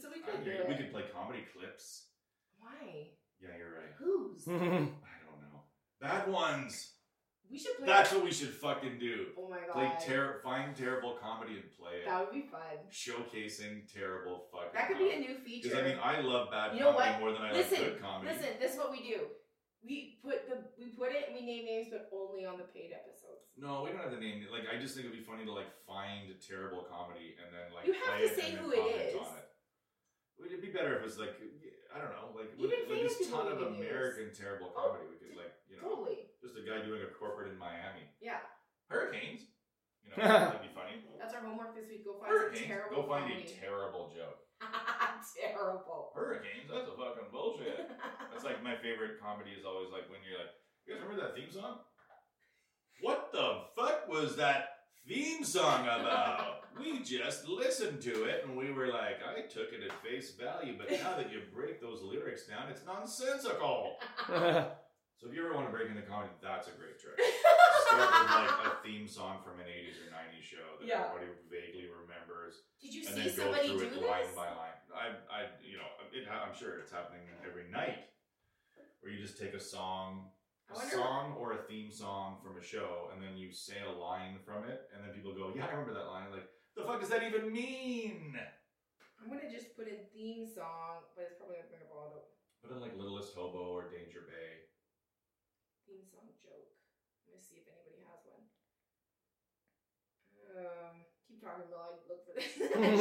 So we
I
could do it.
hear you. We could play comedy clips.
Why?
Yeah, you're right.
Who's?
Hmm.
Mhm.
I don't know. Bad ones.
we should play.
That's what we should fucking do.
oh my god.
Like ter- find terrible comedy and play it.
that would be fun.
Showcasing terrible fucking.
That could be a new feature.
Because I mean, I love bad
You know
comedy
what?
more than I
Listen,
like good comedy.
Listen, this is what we do. We put the we put it and we name names, but only on the paid episodes.
No, we don't have to name it. Like, I just think it'd be funny to like find a terrible comedy and then like
You have
play
to
it
say
and
who
then
it is.
comment On it. Would it be better if it was like I don't know, like
Even
with, like
famous
this
people
ton
we
of
can use.
American terrible
Oh,
comedy? We could like you know,
Totally.
just a guy doing a corporate in Miami.
Yeah.
Hurricanes, you know, that'd be funny.
That's our homework this week. Go find some
Hurricanes,
terrible
go find a
comedy.
terrible joke.
terrible.
Hurricanes, that's a fucking bullshit. That's like my favorite comedy is always like when you're like, you guys remember that theme song? What the fuck was that theme song about? We just listened to it and we were like, I took it at face value, but now that you break those lyrics down, it's nonsensical. So if you ever want to break into comedy, that's a great trick. Start with like a theme song from an 80s or 90s show that
Yeah.
everybody vaguely remembers
Did you
and
see
then go
somebody do this?
through it line by line. I, I, you know, it, ha- I'm sure it's happening every night, where you just take a song,
I
a
wonder-
song or a theme song from a show, and then you say a line from it, and then people go, "Yeah, I remember that line." Like, the fuck does that even mean?
I'm gonna just put in theme song, but it's probably not gonna bother.
Put in like Littlest Hobo or Danger Bay.
Theme song joke. I'm gonna see if anybody has one. Um, keep talking while I look for this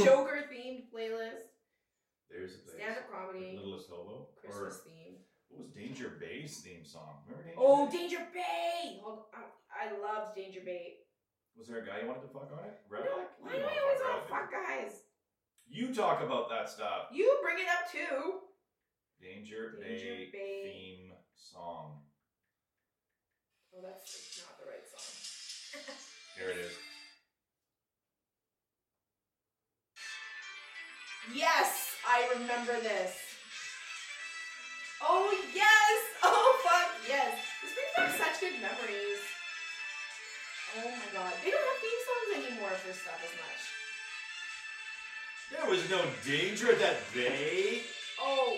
Joker themed playlist,
There's a place.
stand up comedy,
Like Littlest Hobo or
Christmas theme.
what was Danger Bay's theme song? Remember Danger?
Oh,
Bay?
Danger Bay! Hold, I, I loved Danger Bay.
was there a guy you wanted to fuck on it?
No,
Red Rock?
why do
You
I
know,
always
Red
want
Rock.
to fuck guys?
You talk about that stuff.
You bring it up too.
Danger,
Danger
Bay,
Bay.
theme song.
Well, Oh, that's not the right song.
Here it is.
Yes, I remember this. Oh yes! Oh fuck yes! This brings back such good memories. Oh my god, they don't have theme songs anymore for stuff as much.
There was no danger at that bay.
Oh.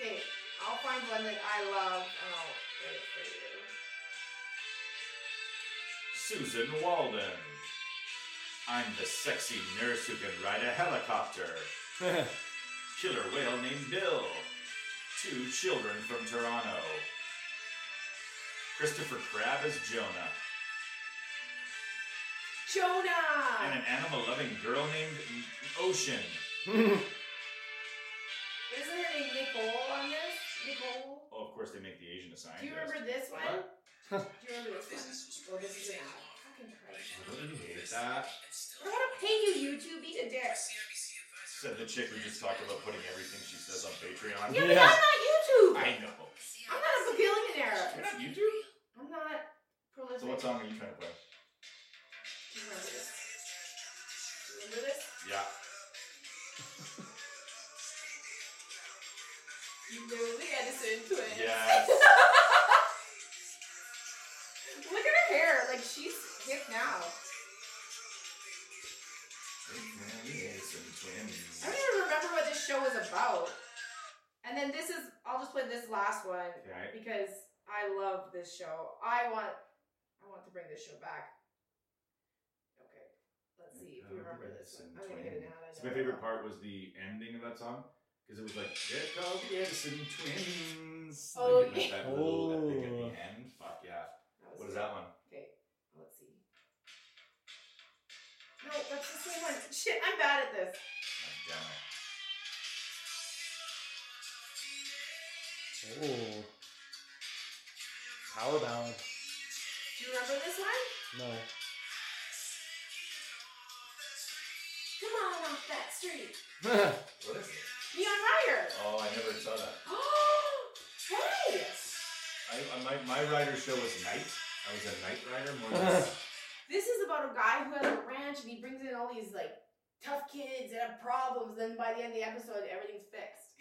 Okay, I'll find one that I love and I'll play it for you.
Susan Walden. I'm the sexy nurse who can ride a helicopter. Killer whale named Bill. Two children from Toronto. Christopher Crab as Jonah.
Jonah.
And an animal loving girl named Ocean.
Isn't her name Nicole on this? Nicole?
Oh, of course, they make the Asian a scientist.
Do you remember this one?
What?
Do you remember this one? Well, this is an ad. Fucking Christ.
Don't you hate that?
We're gonna pay you, YouTube. Eat a dick.
Said the chick who just talked about putting everything she says on Patreon.
Yeah, but
Yeah.
I'm not YouTube.
I know.
I'm not a billionaire.
You're not YouTube?
I'm not prolific.
So what song are you trying to play?
Remember this? Remember this?
Yeah.
You know the Edison twins.
Yes.
Look at her hair. Like she's hip now. I don't even remember what this show was about. And then this is. I'll just play this last one
Okay.
because I love this show. I want. I want to bring this show back. Okay. Let's see if you remember this one. I'm gonna get it now. that I
So
know
my
it
favorite
well.
part was the ending of that song because it was like, "There go the Edison twins."
Oh,
like, it
yeah.
meant That little that thing at
Oh.
the end. Fuck yeah.
That was
What is
it.
that one?
Okay, let's see. No, that's the same one. Shit, I'm bad at this.
God damn it.
Oh. Power ballad.
Do you remember this one?
No.
Come on off that street.
What is it?
Neon Rider.
Oh, I never saw that.
Oh, hey.
I, I my, my rider show was night. I was a night rider more than
This is about a guy who has a ranch and he brings in all these like tough kids that have problems. Then by the end of the episode, everything's fixed.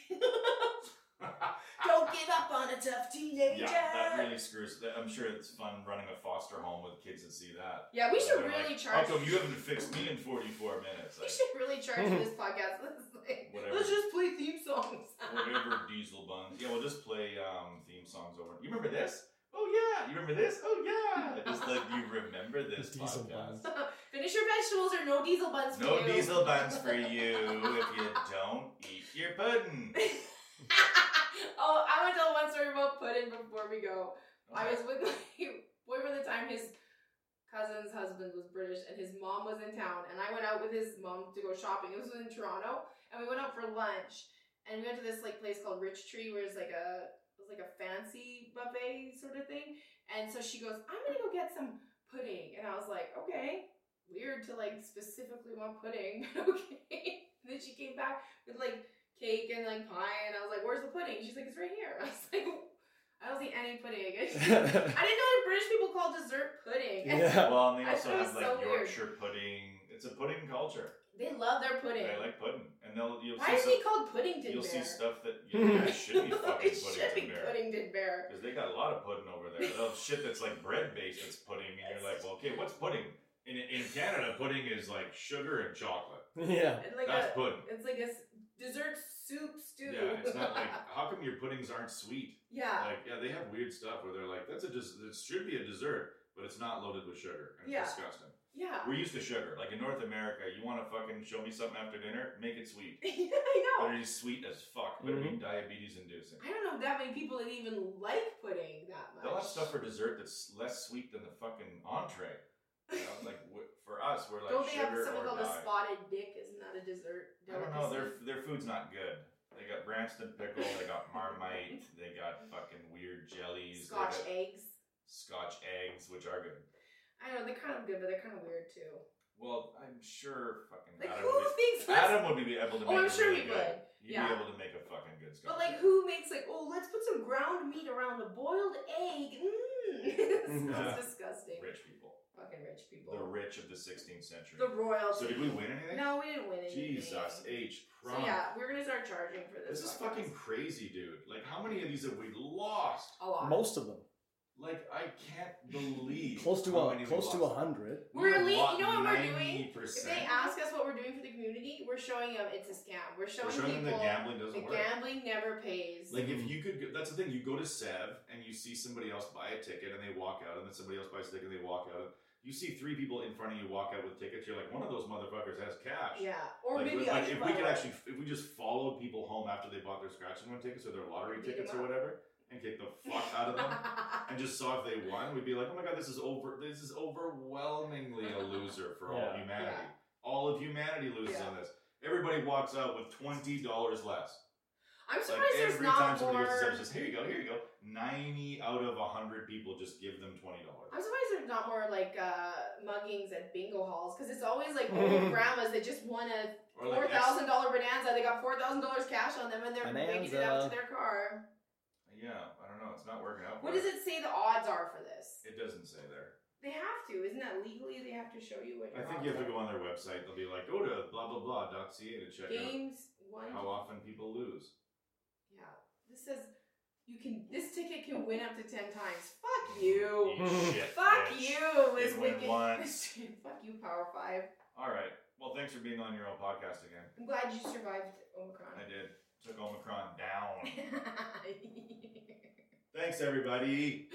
Don't give up on a tough teenager.
Yeah, that really screws. That, I'm sure it's fun running a foster home with kids that see that.
Yeah, we should
They're
really
like,
charge.
How come you haven't fixed me in 44 minutes?
We
Like,
should really charge for this podcast. Let's, like,
Whatever.
let's just play theme songs.
whatever diesel buns. Yeah, we'll just play um, theme songs over. You remember this? Oh yeah. You remember this? Oh yeah. Just like you remember this
Diesel
podcast.
buns.
Finish your vegetables or no diesel buns for
No
you.
diesel buns for you if you don't eat your pudding.
oh, I want to tell one story about pudding before we go. I was with my boyfriend at the time. His cousin's husband was British, and his mom was in town. And I went out with his mom to go shopping. It was in Toronto, and we went out for lunch. And we went to this like place called Rich Tree, where it's like a it was like a fancy buffet sort of thing. And so she goes, "I'm gonna go get some pudding," and I was like, "Okay." Weird to like specifically want pudding, but okay. And then she came back with like cake and like pie, and I was like, "Where's the pudding?" She's like, "It's right here." I was like, "I don't see any pudding." I didn't know that British people call dessert pudding. And
yeah.
Well, and they
I thought
also
it
have
was
like
so weird.
Yorkshire pudding. It's a pudding culture.
They love their pudding.
They like pudding, and they'll you'll
Why
see
is
some-
he called Puddington
You'll
Bear?
see stuff that you yeah, it should be fucking
it should be
pudding to bear.
Puddington Bear.
Because they got a lot of pudding over there. They'll have shit that's like bread based that's pudding, and you're like, well, okay, what's pudding? In, in Canada, pudding is like sugar and chocolate.
Yeah.
It's like
That's
a,
pudding.
it's like a s- dessert soup stew.
Yeah, it's not like, how come your puddings aren't sweet?
yeah.
Like, yeah, they have weird stuff where they're like, that's a des- it should be a dessert, but it's not loaded with sugar. And it's
Yeah.
disgusting.
yeah.
We're used to sugar. Like in North America, you want to fucking show me something after dinner? Make it sweet.
I know.
But it is sweet as fuck, but
Mm-hmm.
it'd be diabetes inducing.
I don't know that many people that even like pudding that much.
They'll have stuff for dessert that's less sweet than the fucking entree. You know, like w- for us, we're like
Don't they
sugar
have something
or
called a
die.
spotted dick? Isn't that a dessert?
I don't know. Their
delicacy?
their food's not good. They got Branston pickle. They got Marmite. they got fucking weird jellies.
Scotch
they got
eggs.
Scotch eggs, which are good.
I don't know. They're kind of good, but they're kind of weird too.
Well, I'm sure fucking
Like
Adam
who
would.
thinks?
Be,
let's-
Adam would be able to.
Oh,
make
I'm
it
sure he
really good.
would.
He'd
Yeah.
be able to make a fucking good scotch.
But like,
egg.
who makes like, oh, let's put some ground meat around a boiled egg? Mmm,
Yeah.
sounds disgusting.
Mm-hmm. Rich people.
Fucking rich people.
The rich of the 16th century.
The royal.
so did we win anything?
No, we didn't win anything.
Jesus H.
So
Crump.
yeah, we're gonna start charging for this.
This is
podcast.
fucking crazy, dude. Like, how many of these have we lost?
a lot.
Most of them.
Like, I can't believe
Close to
how
a
many
close to a hundred.
We're elite. You know what we're doing? If
Percent.
they ask us what we're doing for the community, we're showing them it's a scam. We're showing,
We're showing them
people
that gambling doesn't
that
work.
gambling never pays.
Like, if you could, go, that's the thing. You go to Sev and you see somebody else buy a ticket and they walk out, and then somebody else buys a ticket and they walk out. You see three people in front of you walk out with tickets. You're like, one of those motherfuckers has cash.
yeah, or
Like,
maybe
like,
I should
if
buy
we could
one.
actually, if we just followed people home after they bought their scratch and win tickets or their lottery
Beat 'em
tickets or
up.
whatever, and kick the fuck out of them. and just saw if they won, we'd be like, oh my god, this is over. This is overwhelmingly a loser for all
Yeah.
humanity.
Yeah.
All of humanity loses
Yeah.
on this. Everybody walks out with twenty dollars less.
I'm surprised
like
there's
every time
not
somebody goes to
more.
service, says, here you go, here you go. Ninety out of hundred people just give them twenty dollars.
I'm surprised there's not more like uh, muggings at bingo halls because it's always like old grandmas that just won a four
Or like ex-
thousand dollar bonanza. They got four thousand dollars cash on them and they're making it out to
Bonanza.
their car.
yeah, I don't know. It's not working out.
What
for
does
us.
it say the odds are for this?
It doesn't say there.
They have to, isn't that legally? They have to show you what. your
I think you have to
odds
go on their website. They'll be like, go to blah blah blah dot ca to
are.
check
Games one.
out how often people lose.
Yeah, this says you can. This ticket can win up to ten times. Fuck you.
shit,
Oh, Fuck
bitch.
you. Is
It went
wicked.
once.
Fuck you, Power Five.
All right. Well, thanks for being on your own podcast again.
I'm glad you survived Omicron.
I did. Took Omicron down.
did.
thanks, everybody.